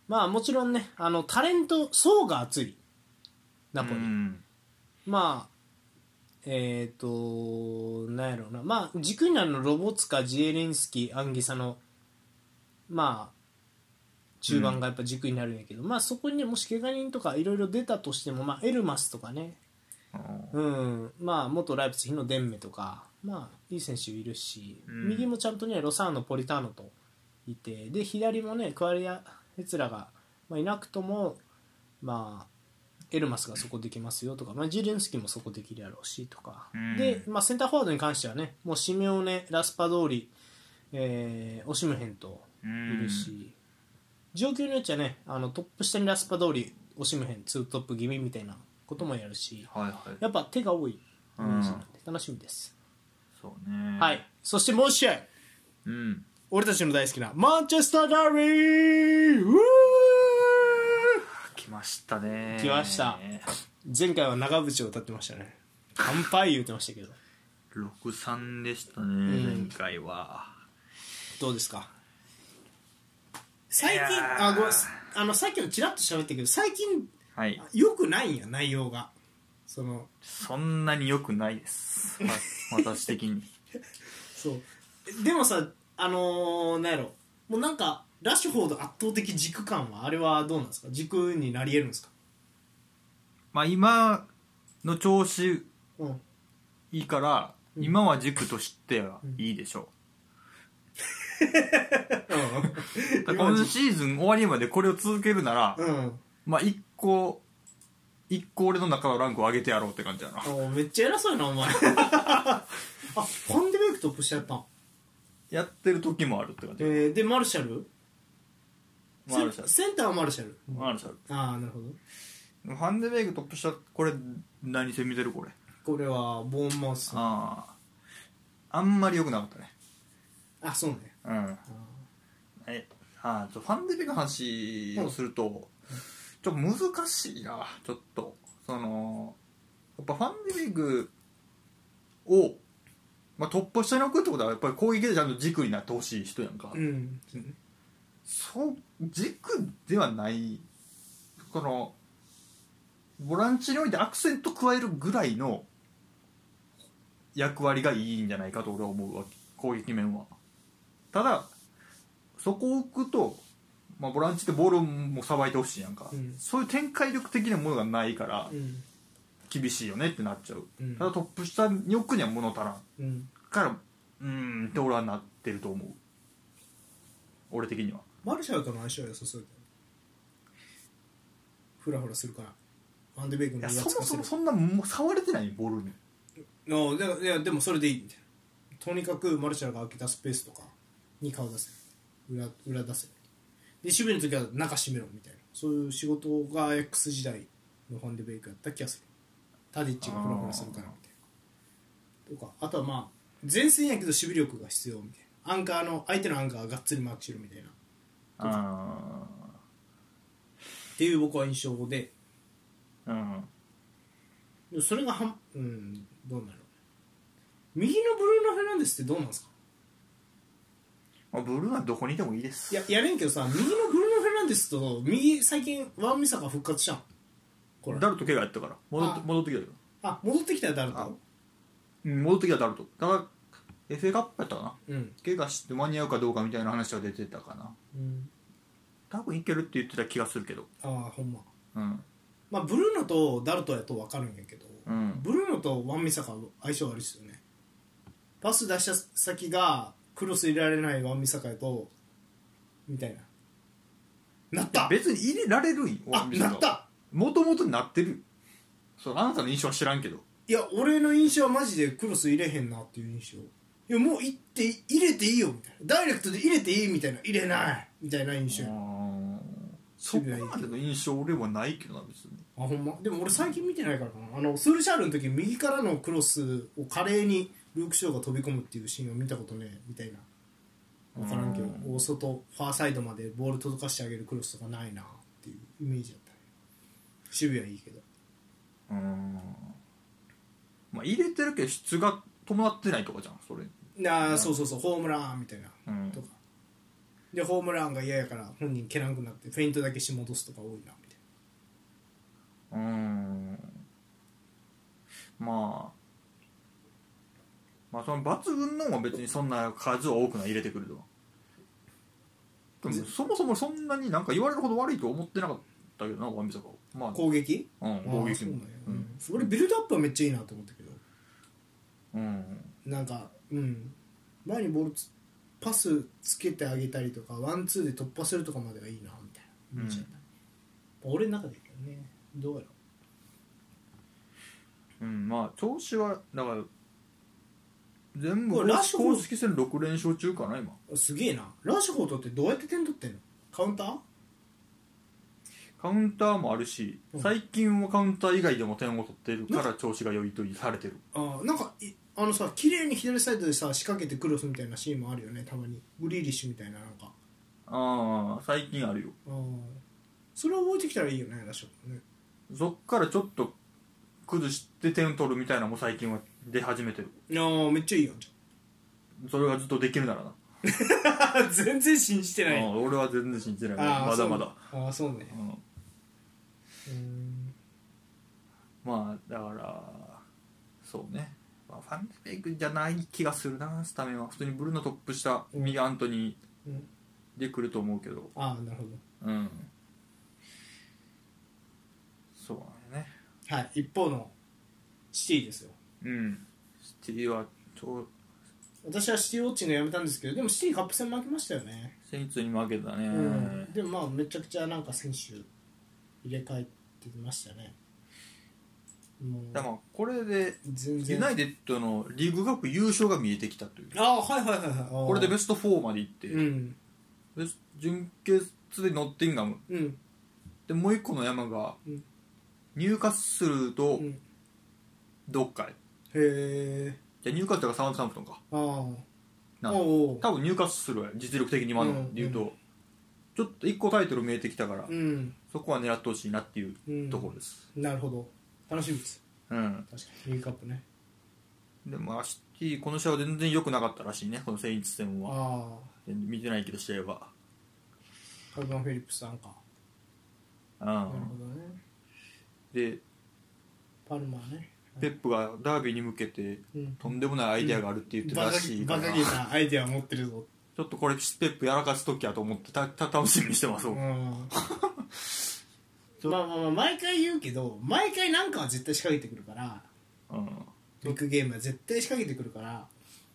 S1: まあもちろんねあのタレント層が厚いナポリ、
S3: うん
S1: まあえっ、となんやろうなまあ軸になるのはロボツカジエリンスキアンギサのまあ中盤がやっぱ軸になるんやけど、まあそこにねもし怪我人とかいろいろ出たとしても、まあ、エルマスとかね
S3: うん
S1: うん、まあ元ライプツィヒのデンメとか、まあ、いい選手いるし、
S3: うん
S1: 右もちゃんとねロサーノ、ポリターノといてで左もねクアリア・ヘツラが、まあ、いなくとも、まあ、エルマスがそこできますよとか、まあ、ジレンスキもそこできるやろうしとか、
S2: うん
S1: で、まあ、センターフォワードに関してはねもうシメオネ、ラスパ通り、えー、オシムヘンといるし、状況によっちゃねあのトップ下にラスパ通りオシムヘンツートップ気味みたいなこともやるし
S4: はいはい
S1: やっぱ手が多いイメージなんで楽しみです、
S2: そうね
S1: はいそしてもう一試合
S2: うん
S1: 俺たちの大好きなマンチェスターダービーうー
S2: 来ましたね
S1: 来ました前回は長渕を歌ってましたね乾杯言ってましたけど
S2: 63でしたね、
S1: ん
S2: 前回は
S1: どうですか最近
S2: いやー
S1: あごめんあのさっきもちらっと喋ったけど最近
S2: はい
S1: よくないんや内容がその
S2: そんなに良くないです、 ま、私的に
S1: そうでもさあのー、なんやろもうなんかラッシュフォード圧倒的軸感はあれはどうなんですか軸になり得るんですか
S2: まあ今の調子
S1: うん
S2: いいから、今は軸としてはいいでしょう、だから今シーズン終わりまでこれを続けるなら、
S1: うん
S2: まあ一個一個俺の中のランクを上げてやろうって感じやな
S1: おめっちゃ偉そうやなお前 あパンデベイクトップ下やったん、
S2: やってる時もあるって感
S1: え
S2: じ
S1: ー、でマルシャル
S2: マルシャル
S1: センセンターはマルシャル
S2: マルシャル
S1: ああなるほど
S2: ファンデベイクトップ下これ何戦見てるこれ
S1: これはボーンマウスあ
S2: あああんまり良くなかったね
S1: あそうね
S2: うんえあーちょファンデベイクの話をするとちょっと難しいなちょっとそのやっぱファンデベイクを、まあ、突破下に置くってことはやっぱり攻撃でちゃんと軸になってほしい人やんか、
S1: うん
S2: そう軸ではないこのボランチにおいてアクセント加えるぐらいの役割がいいんじゃないかと俺は思うわけ攻撃面はただそこを置くと、まあ、ボランチってボールもさばいてほしいやんか、
S1: うん
S2: そういう展開力的なものがないから
S1: うん
S2: 厳しいよねってなっちゃう、
S1: うん
S2: ただトップ下に置くには物足らん
S1: うん
S2: からうーんって俺はなってると思う俺的には
S1: マルシャルとの相性は良さそうだよフラフラするからファンデベイク
S2: い
S1: に
S2: や
S1: 裏
S2: そ
S1: つ
S2: も
S1: か
S2: そ
S1: せ
S2: も
S1: る
S2: そんなもう触れてないボールに
S1: ああでもいやでもそれでいいみたいなとにかくマルシャルが空けたスペースとかに顔出せ裏裏出せで守備の時は中閉めろみたいなそういう仕事が X 時代のファンデベイクやった気がするタディッチがフラフラするからみたいなとかあとはまあ前線やけど守備力が必要みたいなアンカーの相手のアンカーががっつりマークしろみたいな
S2: あ
S1: っていう僕は印象で
S2: あうん
S1: でもそれがはんうんどうなる右のブルーノ・フェナンデスってどうなんですか
S2: まあブルーはどこにいてもいいです
S1: いややれんけどさ右のブルーノ・フェナンデスと右最近ワンミサカ復活したんこれ
S2: ダルト怪我やったから戻って
S1: あ
S2: 戻ってきたよ
S1: あ戻ってきたよ誰
S2: あ
S1: と
S2: うん戻ってきたダルトだから FA カップやったかな
S1: うん、
S2: 怪我して間に合うかどうかみたいな話は出てたかな
S1: うん、
S2: 多分いけるって言ってた気がするけど
S1: ああほんま
S2: うん
S1: まあブルーノとダルトやと分かるんやけど、
S2: うん
S1: ブルーノとワンミサカ相性悪いですよねパス出した先がクロス入れられないワンミサカやとみたいななった
S2: 別に入れられるん
S1: あなった
S2: もともとなってるそうあなたの印象は知らんけど
S1: いや俺の印象はマジでクロス入れへんなっていう印象いやもういって入れていいよみたいなダイレクトで入れていいみたいな入れないみたいな印象やあ
S2: そこまでの印象俺はないけどな別に
S1: ほんまでも俺最近見てないからかなあのスールシャールの時右からのクロスを華麗にルーク・ショーが飛び込むっていうシーンを見たことねみたいな分からんけど
S2: うん
S1: 大外ファーサイドまでボール届かしてあげるクロスとかないなっていうイメージだったね守備はいいけど
S2: うーんまあ入れてるけど質が伴ってないとかじゃんそれ
S1: なあそうそうそうホームランみたいな
S2: うん
S1: とかでホームランが嫌やから本人蹴らんくなってフェイントだけし戻すとか多いなみたい
S2: ーんまあまあその抜群のも別にそんな数は多くない入れてくるとはでもそもそもそんなになんか言われるほど悪いと思ってなかったけどなワンビサカまあ
S1: な攻撃
S2: うん攻
S1: ああ
S2: 撃
S1: そうな
S2: も
S1: んやうん俺ビルドアップはめっちゃいいなと思ったけど
S2: うん、うん
S1: なんかうん前にボールつパスつけてあげたりとかワンツーで突破するとかまではいいなみたいなイメージやった俺の中でいいけどねどうやろう
S2: うん、まあ調子はだから全
S1: こ
S2: 部
S1: れラッシュフォー
S2: 公式戦6連勝中かな今
S1: すげえなラッシュフォードってどうやって点取ってんのカウンター
S2: カウンターもあるし
S1: うん
S2: 最近はカウンター以外でも点を取ってるから調子が良いとされてる
S1: ああなんかいあのさ綺麗に左サイドでさ仕掛けてクロスみたいなシーンもあるよねたまにグリーリッシュみたいななんか
S2: ああ最近あるよ
S1: ああそれを覚えてきたらいいよねラッシュフォードね
S2: そっからちょっと崩して点を取るみたいなのも最近は出始めてる
S1: ああめっちゃいいよじ
S2: それがずっとできるならな、
S1: ゃあ 全然信じて
S2: うん俺は全然信じてない
S1: ああ
S2: まだまだ
S1: そうああそうね
S2: うん
S1: うん
S2: まあだからそうね、まあ、ファンデベイクじゃない気がするなスタメンは普通にブルーのトップ下
S1: うん
S2: 右アントニ
S1: うん
S2: ーで来ると思うけど
S1: ああなるほど
S2: うんそうだね
S1: はい一方のシティですよ
S2: うんシティはちょう
S1: 私はシティウォッチングやめたんですけどでもシティカップ戦負けましたよね、
S2: セインツに負けたね、
S1: うん、でもまあめちゃくちゃなんか選手入れ替えてきましたねも
S2: だからまあこれで
S1: 全
S2: ユ
S1: 然
S2: ナイテッドのリーグカップ優勝が見えてきたという
S1: ああはいはいはいはい
S2: これでベ
S1: ス
S2: スト4まで行って、
S1: うん
S2: ベス準決でノッティンガム
S1: うん
S2: でもう一個の山が
S1: うん
S2: ニューカッスルと
S1: うん
S2: どっかへ
S1: へえ
S2: じゃあニューカッスルがサウンドサンプトンか
S1: ああ
S2: な
S1: おうお
S2: 多分ニューカッスルは実力的に今ので言うと、ちょっと一個タイトル見えてきたから、
S1: ううん
S2: そこは狙ってほしいなっていう
S1: うん
S2: ところです
S1: なるほど楽しみです
S2: うん、
S1: 確かにリーグカップね
S2: でもシティこの試合は全然良くなかったらしいねこのセインツ戦は
S1: ああ
S2: 見てないけど試合は
S1: カルバン・フェリップスさんか
S2: うん、
S1: なるほどね
S2: で
S1: パルマーね
S2: ペップがダービーに向けて
S1: うん
S2: とんでもないアイデアがあるって言って
S1: バ
S2: た
S1: カ
S2: らしいか
S1: バ
S2: ら、
S1: カ
S2: ち
S1: げたアイデア持ってるぞ
S2: ょっとこれステップやらかす時やと思ってたた楽しみにしてます、
S1: う
S2: うんん
S1: まあまあまあ毎回言うけど毎回なんかは絶対仕掛けてくるからビッグゲームは絶対仕掛けてくるから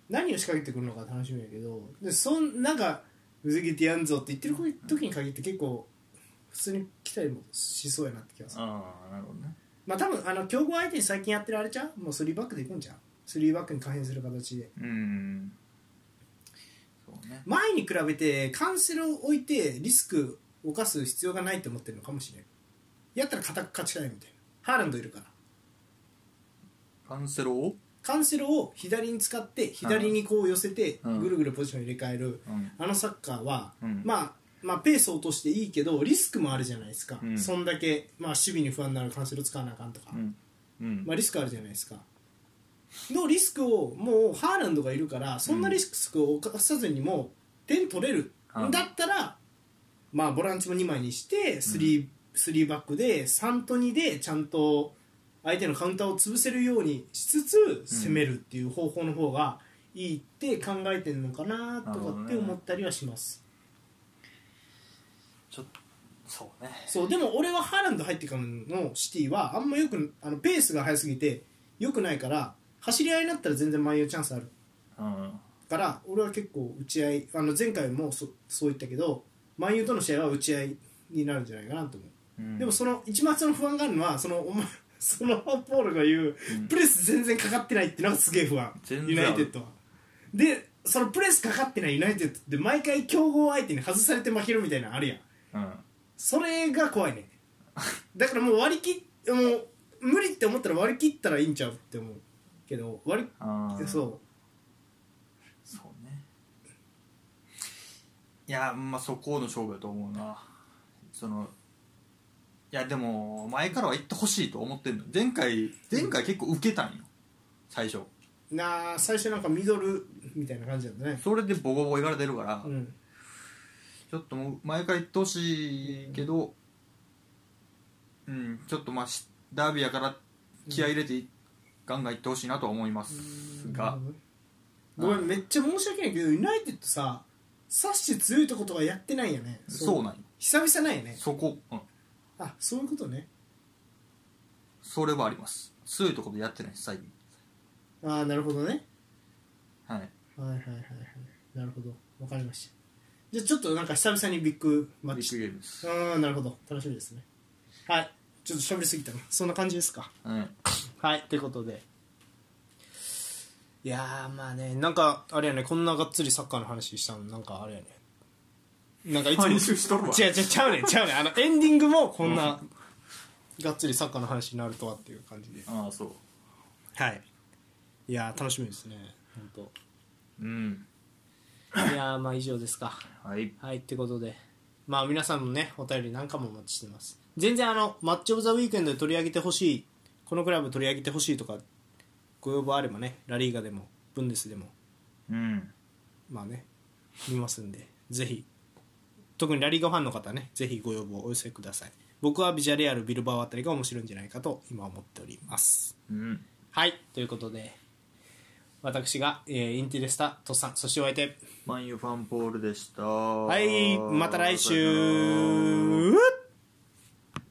S1: 何を仕掛けてくるのか楽しみだけどでそんなんか「うずげてやんぞ」って言ってる時に限って結構普通に来たりもしそうやなって気がする
S2: ああなるほどね
S1: まあ多分あの強豪相手に最近やってるあれちゃうもう3バックでいくんちゃう3バックに可変する形で
S2: うんそうね
S1: 前に比べてカンセルを置いてリスクを犯す必要がないって思ってるのかもしれんやったら固く勝ちたいみたいなハーランドいるから
S2: カンセロを、
S1: カンセルを左に使って左にこう寄せて
S2: うん
S1: ぐるぐるポジション入れ替える、
S2: うん
S1: あのサッカーは、
S2: うん
S1: まあまあ、ペースを落としていいけどリスクもあるじゃないですか、
S2: うん
S1: そんだけ、まあ、守備に不安になるカンセル使わなあかんとか、
S2: うんうん
S1: まあ、リスクあるじゃないですかのリスクをもうハーランドがいるからそんなリスクを犯さずにもう点取れる、
S2: うん
S1: だったら、まあ、ボランチも2枚にして 3,、スリーバックで3と2でちゃんと相手のカウンターを潰せるようにしつつ攻めるっていう方法の方がいいって考えてるのかなとかって思ったりはします。
S2: ちょっとそうね
S1: そうでも俺はハーランド入ってからのシティはあんまよくあのペースが速すぎてよくないから走り合いになったら全然迷うチャンスある
S2: うん
S1: から俺は結構打ち合いあの前回もそそう言ったけど万有との試合は打ち合いになるんじゃないかなと思う、
S2: うん
S1: でもその一番その不安があるのはそのお前 そのポールが言う、
S2: うん
S1: プレス全然かかってないっていうのがすげえ不安
S2: 全
S1: ユ
S2: 然あ
S1: ナ
S2: る
S1: イテッドはでそのプレスかかってないユナイテッドって毎回強豪相手に外されて負けるみたいなのあるやん
S2: うん
S1: それが怖いねだからもう割り切っもう無理って思ったら割り切ったらいいんちゃうって思うけど割
S2: あ
S1: り
S2: あ
S1: そ
S2: そうねいやまあそこの勝負だと思うなそのいやでも前からは行ってほしいと思ってんの前回前回結構受けたんよ最初
S1: うなあ最初なんかミドルみたいな感じだったね
S2: それでボコボコいかれてるから、
S1: うん
S2: ちょっともう前から行ってほしいけどうんちょっとまあしダービーやから気合い入れていガンガン行ってほしいなとは思いますが、
S1: ごめんめっちゃ申し訳ないけどユナイテッドさサッシュ強いとことはやってないよね
S2: そうなんよ
S1: 久々ないよね
S2: そこ、うん、
S1: あそういうことね
S2: それはあります強いところでやってない最近
S1: ああなるほどね
S2: はい
S1: はいはいはいはいなるほどわかりましたじゃあちょっとなんか久々にビッグマッ
S2: ビ
S1: チ
S2: ッグゲームです
S1: ああなるほど楽しみですねはいちょっと喋りすぎたなそんな感じですか
S2: うん
S1: はいってことでいやーまあねなんかあれやねこんながっつりサッカーの話したのなんかあれやねなんかいつも
S2: 毎週しとるわ
S1: 違う違うちゃうねんちゃうねんあのエンディングもこんながっつりサッカーの話になるとはっていう感じで
S2: ああそう
S1: はいいやー楽しみですね本
S3: うん
S1: 当いやーまあ以上ですか
S3: はい
S1: はいってことでまあ皆さんもねお便りなんかもお待ちしてます全然あのマッチ・オブ・ザ・ウィークエンドで取り上げてほしいこのクラブ取り上げてほしいとかご要望あればねラリーガでもブンデスでも
S3: うん
S1: まあね見ますんでぜひ特にラリーガファンの方ねぜひご要望お寄せください僕はビジャレアルビルバーあたりが面白いんじゃないかと今思っております
S3: うん
S1: はいということで私が、えーインテリスタとっさんそしてお相手
S3: マンユファンポールでした
S1: は
S3: はい
S1: また来
S3: さよなら
S1: 週